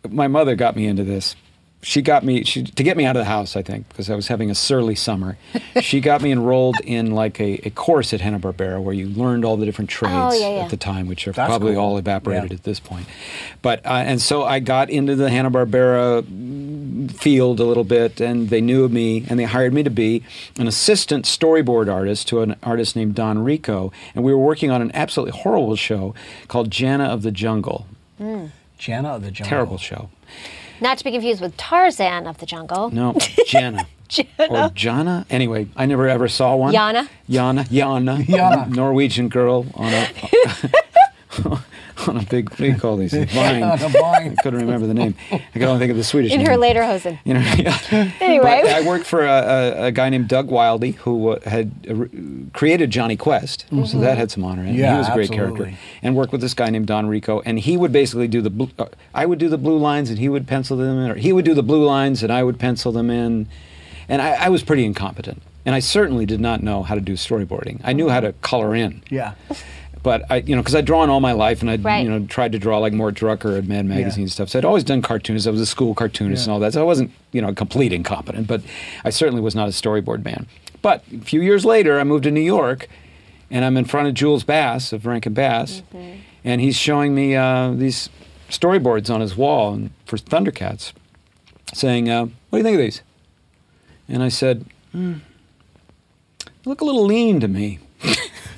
[SPEAKER 6] my mother got me into this. she got me she, to get me out of the house, I think, because I was having a surly summer. she got me enrolled in like a, a course at Hanna Barbera where you learned all the different trades
[SPEAKER 2] Oh, yeah, yeah.
[SPEAKER 6] at the time, which are
[SPEAKER 1] That's
[SPEAKER 6] probably
[SPEAKER 1] cool.
[SPEAKER 6] all evaporated
[SPEAKER 1] Yeah.
[SPEAKER 6] at this point. But uh, and so I got into the Hanna Barbera field a little bit, and they knew me, and they hired me to be an assistant storyboard artist to an artist named Don Rico, and we were working on an absolutely horrible show called Jana of the Jungle.
[SPEAKER 1] Jana of the Jungle.
[SPEAKER 6] Terrible show.
[SPEAKER 2] Not to be confused with Tarzan of the Jungle.
[SPEAKER 6] No, Jana. Or Jana. Anyway, I never ever saw one.
[SPEAKER 2] Jana.
[SPEAKER 6] Jana. Jana.
[SPEAKER 1] Jana.
[SPEAKER 6] Norwegian girl on a on a big what do you call these? things? Vine.
[SPEAKER 1] On a vine.
[SPEAKER 6] I couldn't remember the name. I could only think of the Swedish.
[SPEAKER 2] In
[SPEAKER 6] name.
[SPEAKER 2] her later hosen.
[SPEAKER 6] You know, yeah.
[SPEAKER 2] Anyway.
[SPEAKER 6] But I worked for a, a, a guy named Doug Wildy who uh, had uh, created Johnny Quest,
[SPEAKER 2] Mm-hmm.
[SPEAKER 6] so that had some honor in it.
[SPEAKER 1] Yeah,
[SPEAKER 6] he was a great
[SPEAKER 1] absolutely.
[SPEAKER 6] character. And worked with this guy named Don Rico, and he would basically do the blue, uh, I would do the blue lines and he would pencil them in, or he would do the blue lines and I would pencil them in. And I, I was pretty incompetent. And I certainly did not know how to do storyboarding. I knew how to color in.
[SPEAKER 1] Yeah.
[SPEAKER 6] But I, you know, because I'd drawn all my life, and I'd
[SPEAKER 2] Right.
[SPEAKER 6] you know tried to draw like more Drucker and Mad Magazine stuff. So I'd always done cartoons. I was a school cartoonist and all that. So I wasn't you know a complete incompetent, but I certainly was not a storyboard man. But a few years later, I moved to New York, and I'm in front of Jules Bass of Rankin Bass, and he's showing me uh, these storyboards on his wall and- for Thundercats, saying, uh, "What do you think of these?" And I said, "Hmm, "They look a little lean to me."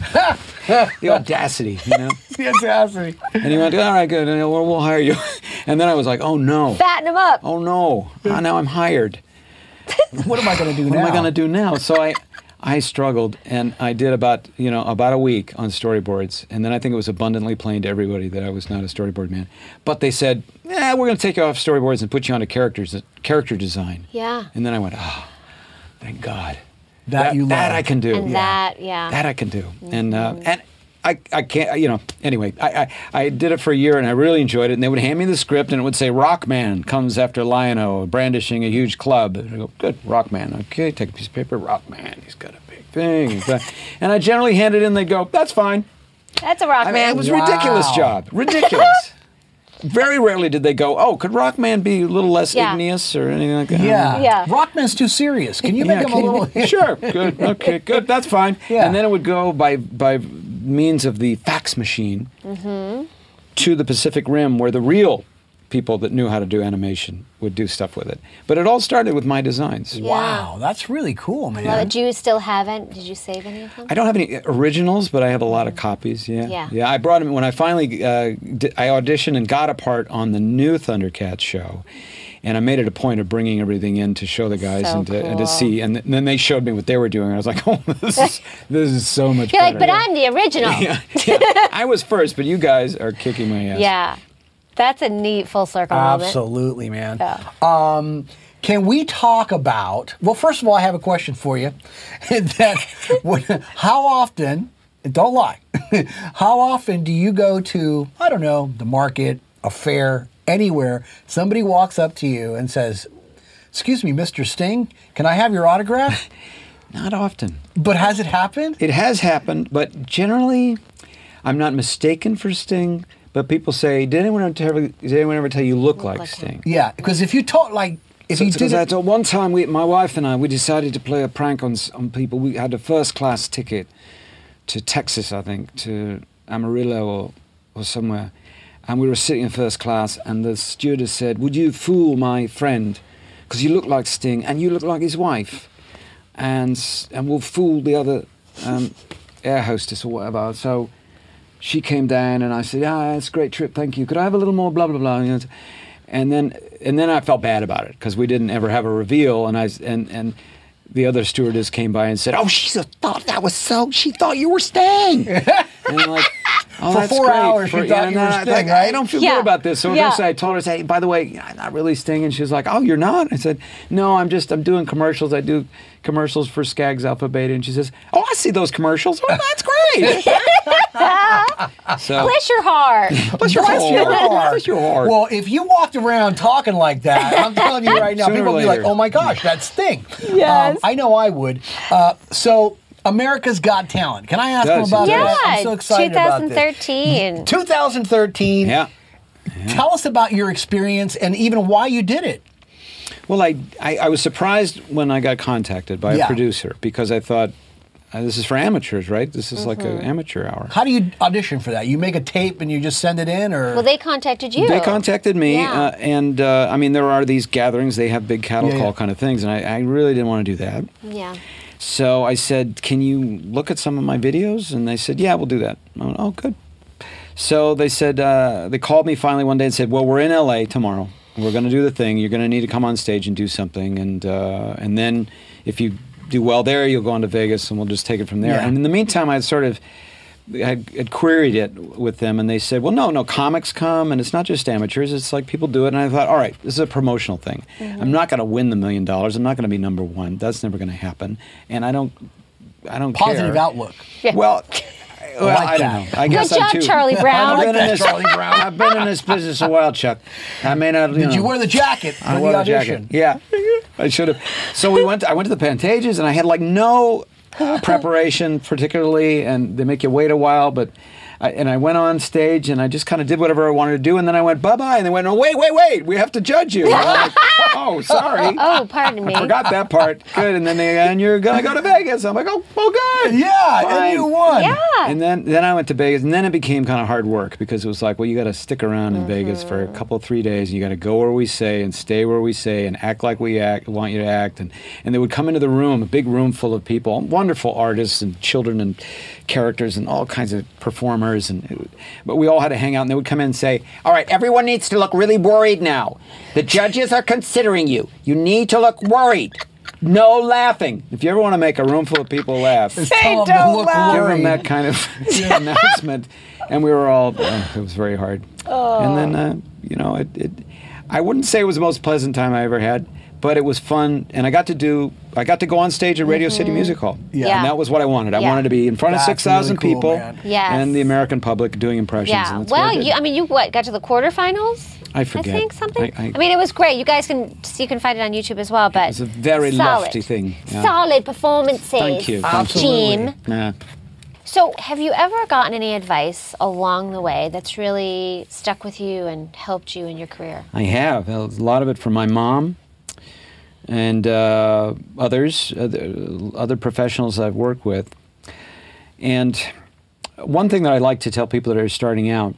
[SPEAKER 6] the audacity, you know.
[SPEAKER 1] Fantastic.
[SPEAKER 6] And he went, all right, good. And we'll, we'll hire you. And then I was like, oh no,
[SPEAKER 2] Fatten him up.
[SPEAKER 6] oh no, Ah, now I'm hired.
[SPEAKER 1] What am I going to do
[SPEAKER 6] What
[SPEAKER 1] now?
[SPEAKER 6] am I going to do now? So I, I struggled, and I did about you know about a week on storyboards, and then I think it was abundantly plain to everybody that I was not a storyboard man. But they said, yeah, we're going to take you off storyboards and put you onto characters character design.
[SPEAKER 2] Yeah.
[SPEAKER 6] And then I went, ah, thank God.
[SPEAKER 1] That you
[SPEAKER 6] that
[SPEAKER 1] love.
[SPEAKER 6] I can do.
[SPEAKER 2] And that, yeah.
[SPEAKER 6] That I can do. And uh, and I, I can't, you know, anyway, I, I, I did it for a year and I really enjoyed it. And they would hand me the script and it would say, Rockman comes after Lion-O, brandishing a huge club. And I go, good, Rockman. Okay, take a piece of paper, Rockman. He's got a big thing. He's got-" and I generally hand it in, they'd go, that's fine.
[SPEAKER 2] That's a rock
[SPEAKER 6] I mean,
[SPEAKER 2] man.
[SPEAKER 6] it was
[SPEAKER 1] Wow.
[SPEAKER 6] ridiculous job. Ridiculous. Very rarely did they go, oh, could Rockman be a little less
[SPEAKER 2] Yeah.
[SPEAKER 6] igneous or anything like that?
[SPEAKER 1] Yeah.
[SPEAKER 2] Yeah.
[SPEAKER 1] Rockman's too serious. Can you make him a
[SPEAKER 6] can you
[SPEAKER 1] little?
[SPEAKER 6] make- sure. Good. Okay. Good. That's fine.
[SPEAKER 1] Yeah.
[SPEAKER 6] And then it would go by by means of the fax machine Mm-hmm. to the Pacific Rim, where the real people that knew how to do animation would do stuff with it. But it all started with my designs.
[SPEAKER 1] Wow, that's really cool, man.
[SPEAKER 2] Love it. Do you still haven't? Did you save any of them?
[SPEAKER 6] I don't have any originals, but I have a lot of copies. Yeah.
[SPEAKER 2] Mm. Yeah.
[SPEAKER 6] I brought them when I finally uh, di I auditioned and got a part on the new Thundercats show. And I made it a point of bringing everything in to show the guys
[SPEAKER 2] So
[SPEAKER 6] and, to, and
[SPEAKER 2] cool.
[SPEAKER 6] to see. And, th- then they showed me what they were doing. And I was like, oh, this is, this is so much
[SPEAKER 2] You're
[SPEAKER 6] better.
[SPEAKER 2] like, but I'm the original. Yeah.
[SPEAKER 6] Yeah. I was first, but you guys are kicking my ass.
[SPEAKER 2] That's a neat full circle moment.
[SPEAKER 1] Absolutely, man. Um,
[SPEAKER 2] Yeah.
[SPEAKER 1] Can we talk about? Well, first of all, I have a question for you. that when, how often? and Don't lie. how often do you go to? I don't know the market, a fair, anywhere. Somebody walks up to you and says, "Excuse me, Mr. Sting, can I have your autograph?"
[SPEAKER 6] Not often.
[SPEAKER 1] but has it happened?
[SPEAKER 6] It has happened, but generally, I'm not mistaken for Sting. But people say, "Did anyone ever, did anyone ever tell you you look, like,
[SPEAKER 2] like him."
[SPEAKER 6] Sting?"
[SPEAKER 1] yeah, because if you talk like if you
[SPEAKER 6] So- so
[SPEAKER 1] did
[SPEAKER 6] that
[SPEAKER 1] it,
[SPEAKER 6] uh, one time, we, my wife and I, we decided to play a prank on s- on people. We had a first class ticket to Texas, I think, to Amarillo or or somewhere, and we were sitting in first class, and the stewardess said, "Would you fool my friend? Because you look like Sting and you look like his wife, and s- and we'll fool the other um, air hostess or whatever." So she came down and I said, "Ah, it's a great trip, thank you. Could I have a little more?" Blah blah blah. you know, And then and then I felt bad about it because we didn't ever have a reveal, and I s- and and the other stewardess came by and said, "Oh, she s- thought that was so. She thought you were staying." and I'm like. Oh,
[SPEAKER 1] For
[SPEAKER 6] that's
[SPEAKER 1] four
[SPEAKER 6] great.
[SPEAKER 1] hours, she thought
[SPEAKER 6] and
[SPEAKER 1] you were
[SPEAKER 6] I- I-
[SPEAKER 1] Sting,
[SPEAKER 6] I,
[SPEAKER 1] right?
[SPEAKER 6] don't feel
[SPEAKER 2] Yeah.
[SPEAKER 6] good about this. So
[SPEAKER 2] Yeah.
[SPEAKER 6] eventually I told her, I said, hey, by the way, I'm not really Sting. And she was like, oh, you're not? I said, no, I'm just, I'm doing commercials. I do commercials for Skaggs Alpha Beta. And she says, oh, I see those commercials. Oh, that's great. so,
[SPEAKER 2] Bless your heart.
[SPEAKER 6] Bless your
[SPEAKER 1] Bless your heart.
[SPEAKER 6] Bless your heart.
[SPEAKER 1] Well, if you walked around talking like that, I'm telling you right now,
[SPEAKER 6] Sooner or
[SPEAKER 1] people would be like,
[SPEAKER 6] later.
[SPEAKER 1] "Oh my gosh, that Sting."
[SPEAKER 2] Yes.
[SPEAKER 1] I know I would. Uh, so, America's Got Talent. Can I ask them
[SPEAKER 6] Does,
[SPEAKER 1] about
[SPEAKER 6] it
[SPEAKER 2] yeah.
[SPEAKER 1] that? I'm so excited about this.
[SPEAKER 2] 2013.
[SPEAKER 1] 2013.
[SPEAKER 6] yeah.
[SPEAKER 1] Tell us about your experience and even why you did it.
[SPEAKER 6] Well, I, I, I was surprised when I got contacted by
[SPEAKER 1] Yeah.
[SPEAKER 6] a producer because I thought, uh, this is for amateurs, right? This is like
[SPEAKER 1] Mm-hmm.
[SPEAKER 6] an amateur hour.
[SPEAKER 1] How do you audition for that? You make a tape and you just send it in, or
[SPEAKER 2] Well, they contacted you.
[SPEAKER 6] They contacted me,
[SPEAKER 2] Yeah.
[SPEAKER 6] uh, and uh, I mean, there are these gatherings. They have big cattle
[SPEAKER 1] Yeah,
[SPEAKER 6] call
[SPEAKER 1] yeah.
[SPEAKER 6] kind of things, and I, I really didn't want to do that.
[SPEAKER 2] yeah.
[SPEAKER 6] So I said, "Can you look at some of my videos?" And they said, "Yeah, we'll do that." I went, "Oh, good." So they said uh, they called me finally one day and said, "Well, we're in LA tomorrow. We're going to do the thing. You're going to need to come on stage and do something, and uh, and then if you do well there, you'll go on to Vegas, and we'll just take it from there."
[SPEAKER 1] Yeah.
[SPEAKER 6] And in the meantime, I had sort of I had queried it with them, and they said, "Well, no, no, comics come, and it's not just amateurs. It's like people do it." And I thought, "All right, this is a promotional thing. I'm not going to win the million dollars. I'm not going to be number one. That's never going to happen. And I don't, I don't
[SPEAKER 1] positive
[SPEAKER 6] care.
[SPEAKER 1] outlook.
[SPEAKER 6] Well, well,
[SPEAKER 1] like
[SPEAKER 6] I don't
[SPEAKER 1] that.
[SPEAKER 6] know. I guess
[SPEAKER 2] Good
[SPEAKER 6] I'm
[SPEAKER 2] job,
[SPEAKER 6] too-
[SPEAKER 2] Charlie Brown.
[SPEAKER 6] I've
[SPEAKER 1] I
[SPEAKER 6] been
[SPEAKER 1] like
[SPEAKER 6] in
[SPEAKER 1] that,
[SPEAKER 6] this,
[SPEAKER 1] Charlie Brown.
[SPEAKER 6] I've been in this business a while, Chuck. I may not.
[SPEAKER 1] Did you
[SPEAKER 6] know.
[SPEAKER 1] wear the jacket for
[SPEAKER 6] I
[SPEAKER 1] the
[SPEAKER 6] wore the
[SPEAKER 1] audition?
[SPEAKER 6] jacket. Yeah, I should have. So we went. I went to the Pantages, and I had like no uh, preparation, particularly, and they make you wait a while. But I, and I went on stage, and I just kind of did whatever I wanted to do, and then I went bye bye, and they went, oh wait, wait, wait, we have to judge you. And I'm like, oh, sorry.
[SPEAKER 2] Oh, pardon me.
[SPEAKER 6] I forgot that part. Good, and then they and you're gonna go to Vegas. I'm like, oh, oh, good.
[SPEAKER 1] Yeah, and you
[SPEAKER 6] Fine.
[SPEAKER 1] won.
[SPEAKER 2] Yeah.
[SPEAKER 6] And then then I went to Vegas, and then it became kind of hard work because it was like, well, you got to stick around in Vegas for a couple three days, and you got to go where we say and stay where we say and act like we act want you to act, and and they would come into the room, a big room full of people, wonderful artists and children and characters and all kinds of performers, and it, but we all had to hang out, and they would come in and say, all right, everyone needs to look really worried now. The judges are considering you. You need to look worried. No laughing. If you ever want to make a room full of people laugh,
[SPEAKER 1] It's Tom to
[SPEAKER 2] don't
[SPEAKER 1] look
[SPEAKER 2] laugh.
[SPEAKER 6] give
[SPEAKER 1] worried.
[SPEAKER 6] him that kind of announcement, and we were all. uh, it was very hard. And
[SPEAKER 2] Oh.
[SPEAKER 6] then, uh, you know, it, it. I wouldn't say it was the most pleasant time I ever had, but it was fun, and I got to do. I got to go on stage at Radio City Music Hall.
[SPEAKER 2] Mm-hmm. Yeah.
[SPEAKER 6] And that was what I wanted. I
[SPEAKER 2] Yeah.
[SPEAKER 6] wanted to be in front of
[SPEAKER 1] That's
[SPEAKER 6] six thousand
[SPEAKER 1] really cool,
[SPEAKER 6] people
[SPEAKER 1] man.
[SPEAKER 2] Yes.
[SPEAKER 6] and the American public doing impressions.
[SPEAKER 2] Yeah.
[SPEAKER 6] And that's what
[SPEAKER 2] Well,
[SPEAKER 6] I did.
[SPEAKER 2] you. I mean, you what? Got to the quarterfinals.
[SPEAKER 6] I forget.
[SPEAKER 2] I think something. I,
[SPEAKER 6] I- I-
[SPEAKER 2] mean, it was great. You guys can you can find it on YouTube as well. But
[SPEAKER 6] was a very
[SPEAKER 2] solid,
[SPEAKER 6] lofty thing, yeah.
[SPEAKER 2] Solid performances.
[SPEAKER 6] Thank you, thank you.
[SPEAKER 2] Team.
[SPEAKER 6] Nah.
[SPEAKER 2] So, have you ever gotten any advice along the way that's really stuck with you and helped you in your career?
[SPEAKER 6] I have a lot of it from my mom and uh, others, other, other professionals I've worked with. And one thing that I like to tell people that are starting out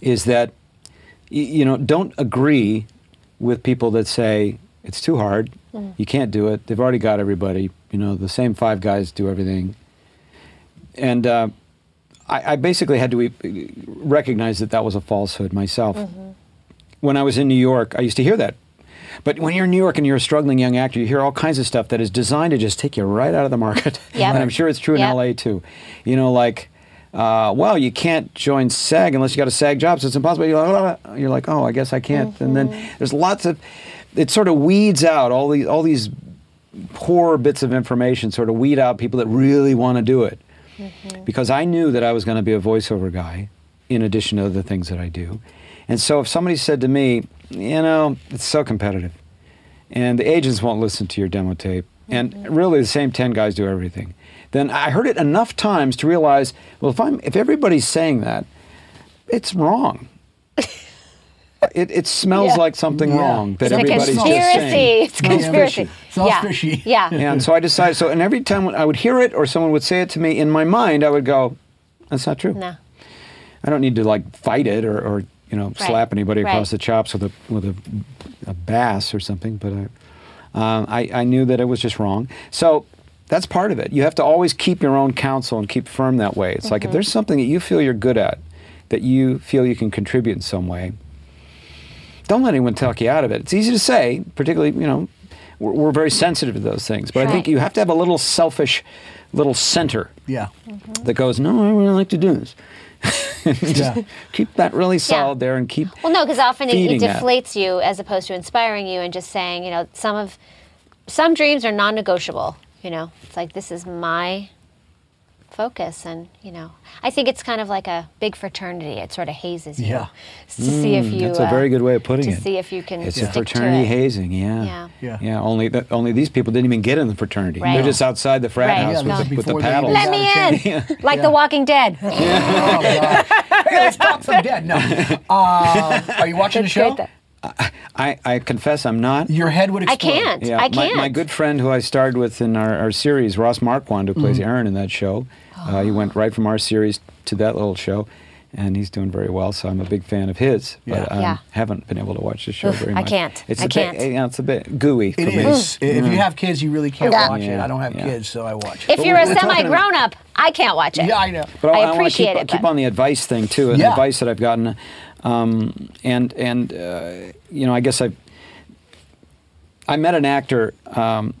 [SPEAKER 6] is that y- you know don't agree with people that say it's too hard, you can't do it. They've already got everybody. You know the same five guys do everything. And uh, I, I basically had to e- recognize that that was a falsehood myself
[SPEAKER 2] Mm-hmm.
[SPEAKER 6] when I was in New York, I used to hear that. But when you're in New York and you're a struggling young actor, you hear all kinds of stuff that is designed to just take you right out of the market.
[SPEAKER 2] Yep.
[SPEAKER 6] and I'm sure it's true in
[SPEAKER 2] Yep.
[SPEAKER 6] LA too. You know, like, uh, well, you can't join SAG unless you got a SAG job, so it's impossible. You're like, "Blah, blah." You're like, oh, I guess I can't. And then
[SPEAKER 2] Mm-hmm.
[SPEAKER 6] there's lots of, it sort of weeds out all these all these poor bits of information, sort of weed out people that really want to do it
[SPEAKER 2] Mm.
[SPEAKER 6] because I knew that I was going to be a voiceover guy in addition to other things that I do. And so if somebody said to me, you know, it's so competitive and the agents won't listen to your demo tape
[SPEAKER 2] Mm-hmm.
[SPEAKER 6] and really the same 10 guys do everything, then I heard it enough times to realize, well, if I'm if everybody's saying that, it's wrong. it, it smells
[SPEAKER 2] Yeah.
[SPEAKER 6] like something
[SPEAKER 1] Yeah.
[SPEAKER 6] wrong
[SPEAKER 2] It's
[SPEAKER 6] that
[SPEAKER 2] a
[SPEAKER 6] everybody's
[SPEAKER 2] conspiracy.
[SPEAKER 6] just saying.
[SPEAKER 2] It's a conspiracy.
[SPEAKER 1] fishy. Sounds
[SPEAKER 2] yeah.
[SPEAKER 1] fishy.
[SPEAKER 2] Yeah.
[SPEAKER 6] And so I decided. So, and every time when I would hear it or someone would say it to me in my mind, I would go, "That's not true.
[SPEAKER 2] No.
[SPEAKER 6] I don't need to like fight it or, or you know, slap anybody
[SPEAKER 2] right.
[SPEAKER 6] across the chops with a with a, a bass or something." But I, um, I, I knew that it was just wrong. So that's part of it. You have to always keep your own counsel and keep firm that way. It's like
[SPEAKER 2] Mm-hmm.
[SPEAKER 6] if there's something that you feel you're good at, that you feel you can contribute in some way, don't let anyone talk you out of it. It's easy to say, particularly, you know, we're, we're very sensitive to those things. But I think
[SPEAKER 2] Right.
[SPEAKER 6] you have to have a little selfish, little center
[SPEAKER 1] Yeah.
[SPEAKER 6] that goes, no, I really like to do this. Just
[SPEAKER 1] Yeah.
[SPEAKER 6] keep that really solid there and keep.
[SPEAKER 2] Well, no, because often it, it
[SPEAKER 6] feeding that.
[SPEAKER 2] deflates you as opposed to inspiring you and just saying, you know, some of some dreams are non-negotiable. You know, it's like this is my focus, and you know, I think it's kind of like a big fraternity. It sort of hazes you
[SPEAKER 1] Yeah.
[SPEAKER 2] to see if you.
[SPEAKER 6] Mm, That's a
[SPEAKER 2] uh,
[SPEAKER 6] very good way of putting
[SPEAKER 2] to
[SPEAKER 6] it.
[SPEAKER 2] see if you can.
[SPEAKER 6] It's
[SPEAKER 2] stick
[SPEAKER 6] a
[SPEAKER 2] to
[SPEAKER 6] fraternity
[SPEAKER 2] it.
[SPEAKER 6] hazing, yeah.
[SPEAKER 2] Yeah.
[SPEAKER 1] Yeah.
[SPEAKER 6] only that only these people didn't even get in the fraternity.
[SPEAKER 2] Right.
[SPEAKER 6] They're just outside the frat
[SPEAKER 2] Right.
[SPEAKER 6] house
[SPEAKER 2] Yeah,
[SPEAKER 6] with, the,
[SPEAKER 1] this
[SPEAKER 6] with
[SPEAKER 1] is
[SPEAKER 6] the
[SPEAKER 1] before they
[SPEAKER 6] paddles.
[SPEAKER 1] even
[SPEAKER 2] Let
[SPEAKER 1] Yeah,
[SPEAKER 2] me in, like The Walking Dead.
[SPEAKER 1] Oh, God. hey, let's talk some dead. No. Um, are you watching the show?
[SPEAKER 2] Great.
[SPEAKER 6] I, I confess I'm not.
[SPEAKER 1] Your head would
[SPEAKER 2] I
[SPEAKER 1] explode.
[SPEAKER 2] can't.
[SPEAKER 6] Yeah,
[SPEAKER 2] I
[SPEAKER 6] my,
[SPEAKER 2] can't.
[SPEAKER 6] my good friend who I starred with in our, our series, Ross Marquand, who plays
[SPEAKER 2] Mm-hmm.
[SPEAKER 6] Aaron in that show, uh, he went right from our series to that little show, and he's doing very well. So I'm a big fan of his, but I
[SPEAKER 2] Yeah.
[SPEAKER 6] haven't been able to watch the show
[SPEAKER 2] Oof,
[SPEAKER 6] very
[SPEAKER 2] I
[SPEAKER 6] much.
[SPEAKER 2] can't.
[SPEAKER 6] It's
[SPEAKER 2] I
[SPEAKER 6] a
[SPEAKER 2] can't.
[SPEAKER 6] Bit, yeah, it's a bit gooey.
[SPEAKER 1] It
[SPEAKER 6] for me. Mm.
[SPEAKER 1] is. If you have kids, you really can't
[SPEAKER 2] Yeah.
[SPEAKER 1] watch it.
[SPEAKER 6] Yeah,
[SPEAKER 1] I don't have
[SPEAKER 6] yeah.
[SPEAKER 1] kids, so I watch it.
[SPEAKER 2] If you're a
[SPEAKER 6] we're talking about-
[SPEAKER 2] semi-grown up, I can't watch it.
[SPEAKER 1] yeah, I know.
[SPEAKER 6] But I,
[SPEAKER 2] I
[SPEAKER 6] I wanna
[SPEAKER 2] appreciate
[SPEAKER 6] keep,
[SPEAKER 2] it,
[SPEAKER 6] Keep
[SPEAKER 2] but-
[SPEAKER 6] on the advice thing too, and
[SPEAKER 1] Yeah.
[SPEAKER 6] the advice that I've gotten, um, and and uh, you know, I guess I I met an actor um,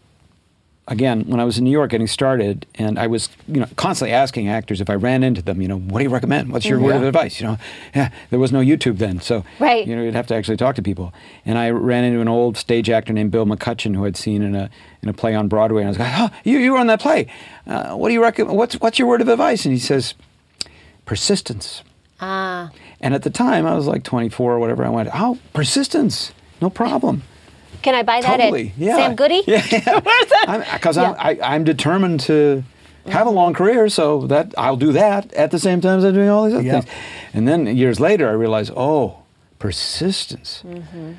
[SPEAKER 6] again when I was in New York getting started, and I was you know constantly asking actors if I ran into them, you know, what do you recommend? What's
[SPEAKER 2] Mm-hmm.
[SPEAKER 6] your word of
[SPEAKER 1] Yeah.
[SPEAKER 6] advice? You know, yeah, there was no YouTube then, so
[SPEAKER 2] Right.
[SPEAKER 6] you know, you'd have to actually talk to people. And I ran into an old stage actor named Bill McCutcheon who I'd seen in a in a play on Broadway, and I was like, oh, you you were on that play. Uh, what do you recommend? What's what's your word of advice? And he says, persistence.
[SPEAKER 2] Ah.
[SPEAKER 6] And at the time, I was like 24 or whatever. I went, oh, persistence, no problem.
[SPEAKER 2] Can I buy that
[SPEAKER 6] Totally,
[SPEAKER 2] at
[SPEAKER 6] yeah.
[SPEAKER 2] Sam Goody?
[SPEAKER 6] Because I'm, I, I'm determined to have a long career, so that I'll do that at the same time as I'm doing all these other
[SPEAKER 1] Yeah.
[SPEAKER 6] things. And then years later, I realized, oh, persistence.
[SPEAKER 2] Mm-hmm.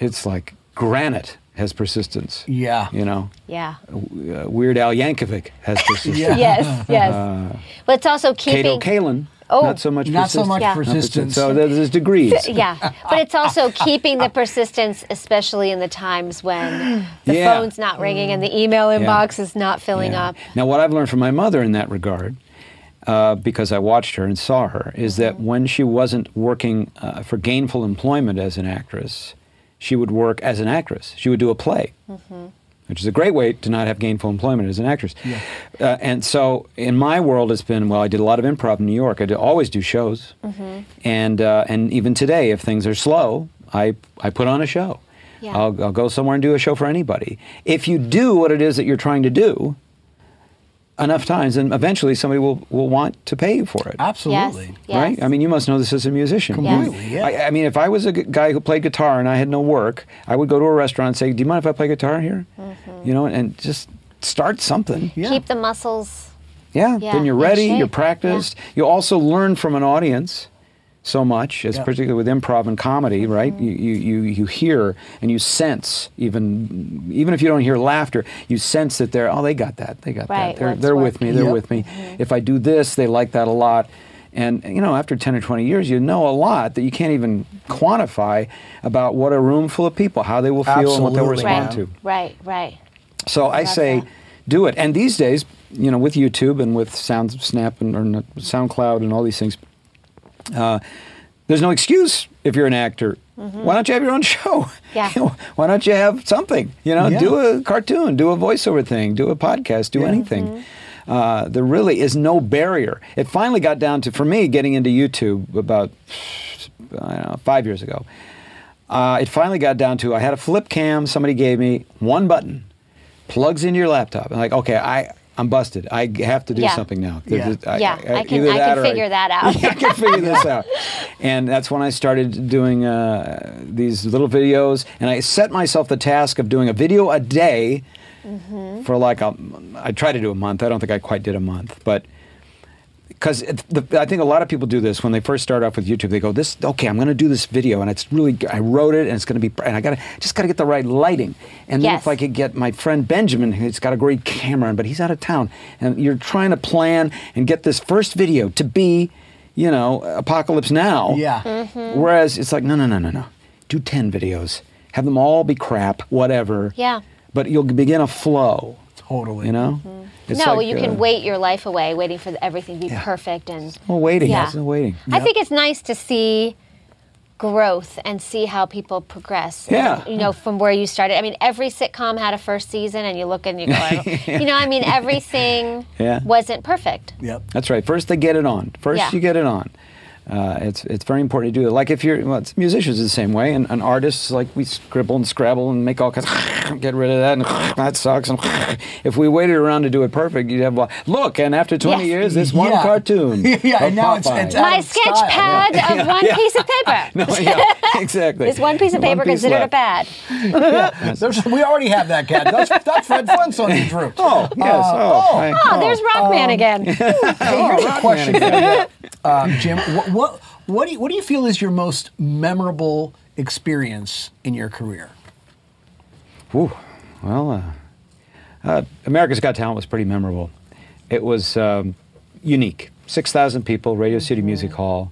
[SPEAKER 6] It's like granite has persistence.
[SPEAKER 1] Yeah.
[SPEAKER 6] You know,
[SPEAKER 2] Yeah.
[SPEAKER 6] uh, Weird Al Yankovic has persistence.
[SPEAKER 1] Yeah.
[SPEAKER 2] Yes, yes. but it's also
[SPEAKER 6] Cato
[SPEAKER 2] keeping.
[SPEAKER 6] Kalin,
[SPEAKER 2] Oh.
[SPEAKER 6] not so much
[SPEAKER 1] Not so
[SPEAKER 6] persistence.
[SPEAKER 1] much
[SPEAKER 2] Yeah.
[SPEAKER 1] persistence.
[SPEAKER 6] So there's there's degrees.
[SPEAKER 2] yeah, but it's also keeping the persistence, especially in the times when the
[SPEAKER 6] Yeah.
[SPEAKER 2] phone's not ringing and the email inbox is not filling
[SPEAKER 6] Yeah.
[SPEAKER 2] up.
[SPEAKER 6] Now, what I've learned from my mother in that regard, uh, because I watched her and saw her, is that
[SPEAKER 2] Mm-hmm.
[SPEAKER 6] when she wasn't working uh, for gainful employment as an actress, she would work as an actress. She would do a play,
[SPEAKER 2] Mm-hmm.
[SPEAKER 6] which is a great way to not have gainful employment as an actress. Uh, and so, in my world, it's been well. I did a lot of improv in New York. I did, always do shows,
[SPEAKER 2] Mm-hmm.
[SPEAKER 6] and uh, and even today, if things are slow, I I put on a show.
[SPEAKER 2] Yeah.
[SPEAKER 6] I'll, I'll go somewhere and do a show for anybody. If you do what it is that you're trying to do, enough times, and eventually somebody will, will want to pay you for it.
[SPEAKER 1] Absolutely.
[SPEAKER 2] Yes.
[SPEAKER 6] Right? I mean, you must know this as a musician.
[SPEAKER 1] Completely, Yes. yeah.
[SPEAKER 6] I, I mean, if I was a g- guy who played guitar and I had no work, I would go to a restaurant and say, Do you mind if I play guitar here? You know, and just start something.
[SPEAKER 1] Mm-hmm. Yeah.
[SPEAKER 2] Keep the muscles.
[SPEAKER 6] Yeah.
[SPEAKER 2] Yeah,
[SPEAKER 6] Then you're
[SPEAKER 2] in
[SPEAKER 6] ready,
[SPEAKER 2] shape,
[SPEAKER 6] you're
[SPEAKER 2] yeah.
[SPEAKER 6] practiced. You also learn from an audience so much, as
[SPEAKER 1] Yeah.
[SPEAKER 6] particularly with improv and comedy,
[SPEAKER 2] Mm-hmm.
[SPEAKER 6] right? You, you, you, you hear and you sense, even even if you don't hear laughter, you sense that they're, oh, they got that, they got
[SPEAKER 2] Right, Mm-hmm.
[SPEAKER 6] that. They're,
[SPEAKER 2] what's
[SPEAKER 6] they're with me,
[SPEAKER 2] working.
[SPEAKER 6] they're
[SPEAKER 1] Yep.
[SPEAKER 6] with me. If I do this, they like that a lot. And, you know, after 10 or 20 years, you know a lot that you can't even quantify about what a room full of people, how they will feel and what they'll
[SPEAKER 1] Absolutely,
[SPEAKER 6] respond
[SPEAKER 1] yeah.
[SPEAKER 6] to.
[SPEAKER 2] Right, right.
[SPEAKER 6] So I
[SPEAKER 2] Love
[SPEAKER 6] say,
[SPEAKER 2] that.
[SPEAKER 6] do it. And these days, you know, with YouTube and with SoundSnap and or not- SoundCloud and all these things, uh, there's no excuse if you're an actor. Why don't you have your own show?
[SPEAKER 2] Mm-hmm. Yeah.
[SPEAKER 6] You know, Why don't you have something? You know,
[SPEAKER 1] Yeah.
[SPEAKER 6] do a cartoon, do a voiceover thing, do a podcast, do anything.
[SPEAKER 2] Mm-hmm.
[SPEAKER 6] Uh, there really is no barrier. It finally got down to, for me, getting into YouTube about I don't know, five years ago. Uh, it finally got down to I had a flip cam somebody gave me one button plugs into your laptop. I'm like, okay, I I'm busted. I g- have to do
[SPEAKER 2] Yeah.
[SPEAKER 6] something now.
[SPEAKER 1] Yeah.
[SPEAKER 6] There's-
[SPEAKER 2] Yeah, I can-
[SPEAKER 6] either
[SPEAKER 2] I can
[SPEAKER 6] or
[SPEAKER 2] figure that out.
[SPEAKER 6] Yeah, I can figure this out. And that's when I started doing uh, these little videos, and I set myself the task of doing a video a day
[SPEAKER 2] Mm-hmm.
[SPEAKER 6] for like a, I tried to do a month. I don't think I quite did a month, but because I think a lot of people do this when they first start off with YouTube. They go, "This okay, I'm going to do this video, and it's really g- I wrote it, and it's going to be, pr- and I got to just got to get the right lighting, and then
[SPEAKER 2] Yes.
[SPEAKER 6] if I could get my friend Benjamin, who's got a great camera, but he's out of town, and you're trying to plan and get this first video to be, you know, apocalypse now.
[SPEAKER 1] Yeah.
[SPEAKER 2] Mm-hmm.
[SPEAKER 6] Whereas it's like, no, no, no, no, no, do ten videos, have them all be crap, whatever.
[SPEAKER 2] Yeah.
[SPEAKER 6] But you'll begin a flow.
[SPEAKER 1] Totally.
[SPEAKER 6] You know. It's
[SPEAKER 2] Mm-hmm. no,
[SPEAKER 6] like,
[SPEAKER 2] you
[SPEAKER 6] uh,
[SPEAKER 2] can wait your life away, waiting for the- everything to be
[SPEAKER 6] Yeah. Oh,
[SPEAKER 2] perfect and.
[SPEAKER 6] Well, waiting.
[SPEAKER 2] Yeah.
[SPEAKER 6] It's waiting.
[SPEAKER 2] I think it's nice to see growth and see how people progress.
[SPEAKER 6] Yeah.
[SPEAKER 2] And, you know, from where you started. I mean, every sitcom had a first season, and you look and you go, I don't- you know, I mean, everything
[SPEAKER 6] Yeah.
[SPEAKER 2] wasn't perfect.
[SPEAKER 1] Yep.
[SPEAKER 6] That's right. First, they get it on. First,
[SPEAKER 2] Yeah.
[SPEAKER 6] you get it on. Uh, it's it's very important to do that. Like if you're well, it's, musicians are the same way, and, and artists like we scribble and scrabble and make all kinds. Get rid of that, and that sucks. And if we waited around to do it perfect, you'd have well, look. And after 20
[SPEAKER 2] Yes.
[SPEAKER 6] years, this one
[SPEAKER 1] Yeah.
[SPEAKER 6] cartoon.
[SPEAKER 1] Yeah,
[SPEAKER 6] of
[SPEAKER 1] and now it's-
[SPEAKER 6] Popeye.
[SPEAKER 1] it's out
[SPEAKER 2] My
[SPEAKER 1] of
[SPEAKER 2] sketch
[SPEAKER 1] style.
[SPEAKER 2] pad of one piece of paper.
[SPEAKER 6] no, yeah, exactly.
[SPEAKER 2] Is one piece of paper considered
[SPEAKER 6] left.
[SPEAKER 2] a pad?
[SPEAKER 1] There's, we already have that cat. That's, that's Fred Flintstone's group.
[SPEAKER 6] Oh yes. oh, I-
[SPEAKER 2] Oh, there's Rockman again.
[SPEAKER 1] Hey, here's a question for you, uh, Jim. What what what do, you, what do you feel is your most memorable experience in your career?
[SPEAKER 6] Ooh, well, uh, uh, America's Got Talent was pretty memorable. It was um, unique. Six thousand people, Radio City Music Hall,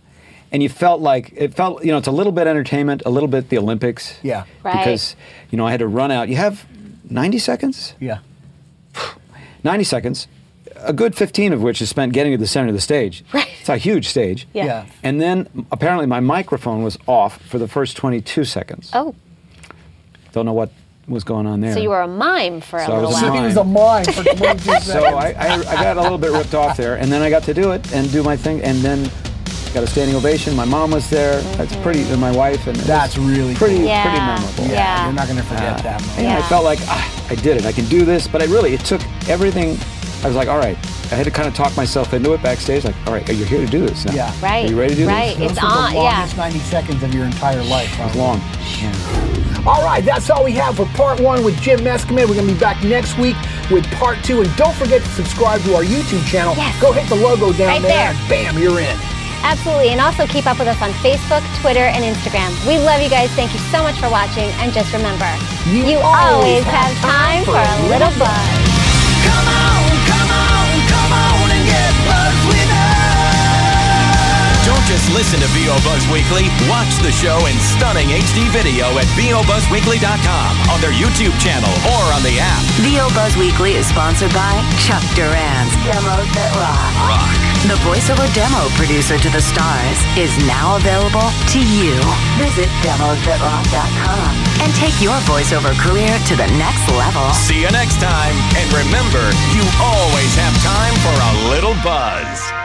[SPEAKER 6] and you felt like it felt. You know, it's a little bit entertainment, a little bit the Olympics.
[SPEAKER 1] Yeah.
[SPEAKER 2] Right.
[SPEAKER 6] Because you know, I had to run out. You have ninety seconds.
[SPEAKER 1] Yeah.
[SPEAKER 6] 90 seconds, a good 15 of which is spent getting to the center of the stage.
[SPEAKER 2] Right.
[SPEAKER 6] It's a huge stage.
[SPEAKER 2] Yeah.
[SPEAKER 1] Yeah.
[SPEAKER 6] And then m- apparently my microphone was off for the first 22 seconds.
[SPEAKER 2] Oh,
[SPEAKER 6] Don't know what was going on there.
[SPEAKER 2] so you were a mime for
[SPEAKER 6] So
[SPEAKER 2] a
[SPEAKER 6] I
[SPEAKER 2] little
[SPEAKER 6] was a
[SPEAKER 2] while.
[SPEAKER 6] mime.
[SPEAKER 1] He was a mime for 22
[SPEAKER 6] So
[SPEAKER 1] seconds.
[SPEAKER 6] I, I, I got a little bit ripped off there, and then I got to do it and do my thing, and then got a standing ovation. My mom was there. That's pretty, and my wife, and it was
[SPEAKER 1] That's really
[SPEAKER 6] pretty,
[SPEAKER 1] cool.
[SPEAKER 2] Yeah.
[SPEAKER 6] pretty memorable.
[SPEAKER 2] Yeah. Yeah.
[SPEAKER 1] You're not going to forget that.
[SPEAKER 6] And
[SPEAKER 1] Moment.
[SPEAKER 2] Yeah.
[SPEAKER 6] I felt like ah, I did it. I can do this. But I really, it took everything. I was like, all right. I had to kind of talk myself into it backstage. Like, all right, you're here to do this now.
[SPEAKER 1] Yeah.
[SPEAKER 2] Right.
[SPEAKER 6] Are you ready to do
[SPEAKER 2] right.
[SPEAKER 1] Those
[SPEAKER 6] this?
[SPEAKER 2] It's
[SPEAKER 1] were
[SPEAKER 2] on.
[SPEAKER 1] the longest
[SPEAKER 2] Yeah.
[SPEAKER 1] 90 seconds of your entire life.
[SPEAKER 6] It was
[SPEAKER 1] probably.
[SPEAKER 6] long.
[SPEAKER 1] All right, that's all we have for part one with Jim Meskimen. We're going to be back next week with part two. And don't forget to subscribe to our YouTube channel.
[SPEAKER 2] Yes.
[SPEAKER 1] Go hit the logo down
[SPEAKER 2] Right there.
[SPEAKER 1] and bam, you're in.
[SPEAKER 2] Absolutely. And also keep up with us on Facebook, Twitter, and Instagram. We love you guys. Thank you so much for watching. And just remember,
[SPEAKER 1] You always
[SPEAKER 2] always
[SPEAKER 1] have
[SPEAKER 2] have time for a little buzz.
[SPEAKER 8] Come on, come on, come on and get buzzed with us.
[SPEAKER 5] Don't just listen to VO Buzz Weekly. Watch the show in stunning HD video at VOBuzzWeekly.com on their YouTube channel or on the app.
[SPEAKER 9] VO Buzz Weekly is sponsored by Chuck Duran's Demos That Rock. The voiceover demo producer to the stars is now available to you. Visit demosthatrock.com and take your voiceover career to the next level.
[SPEAKER 5] See you next time. And remember, you always have time for a little buzz.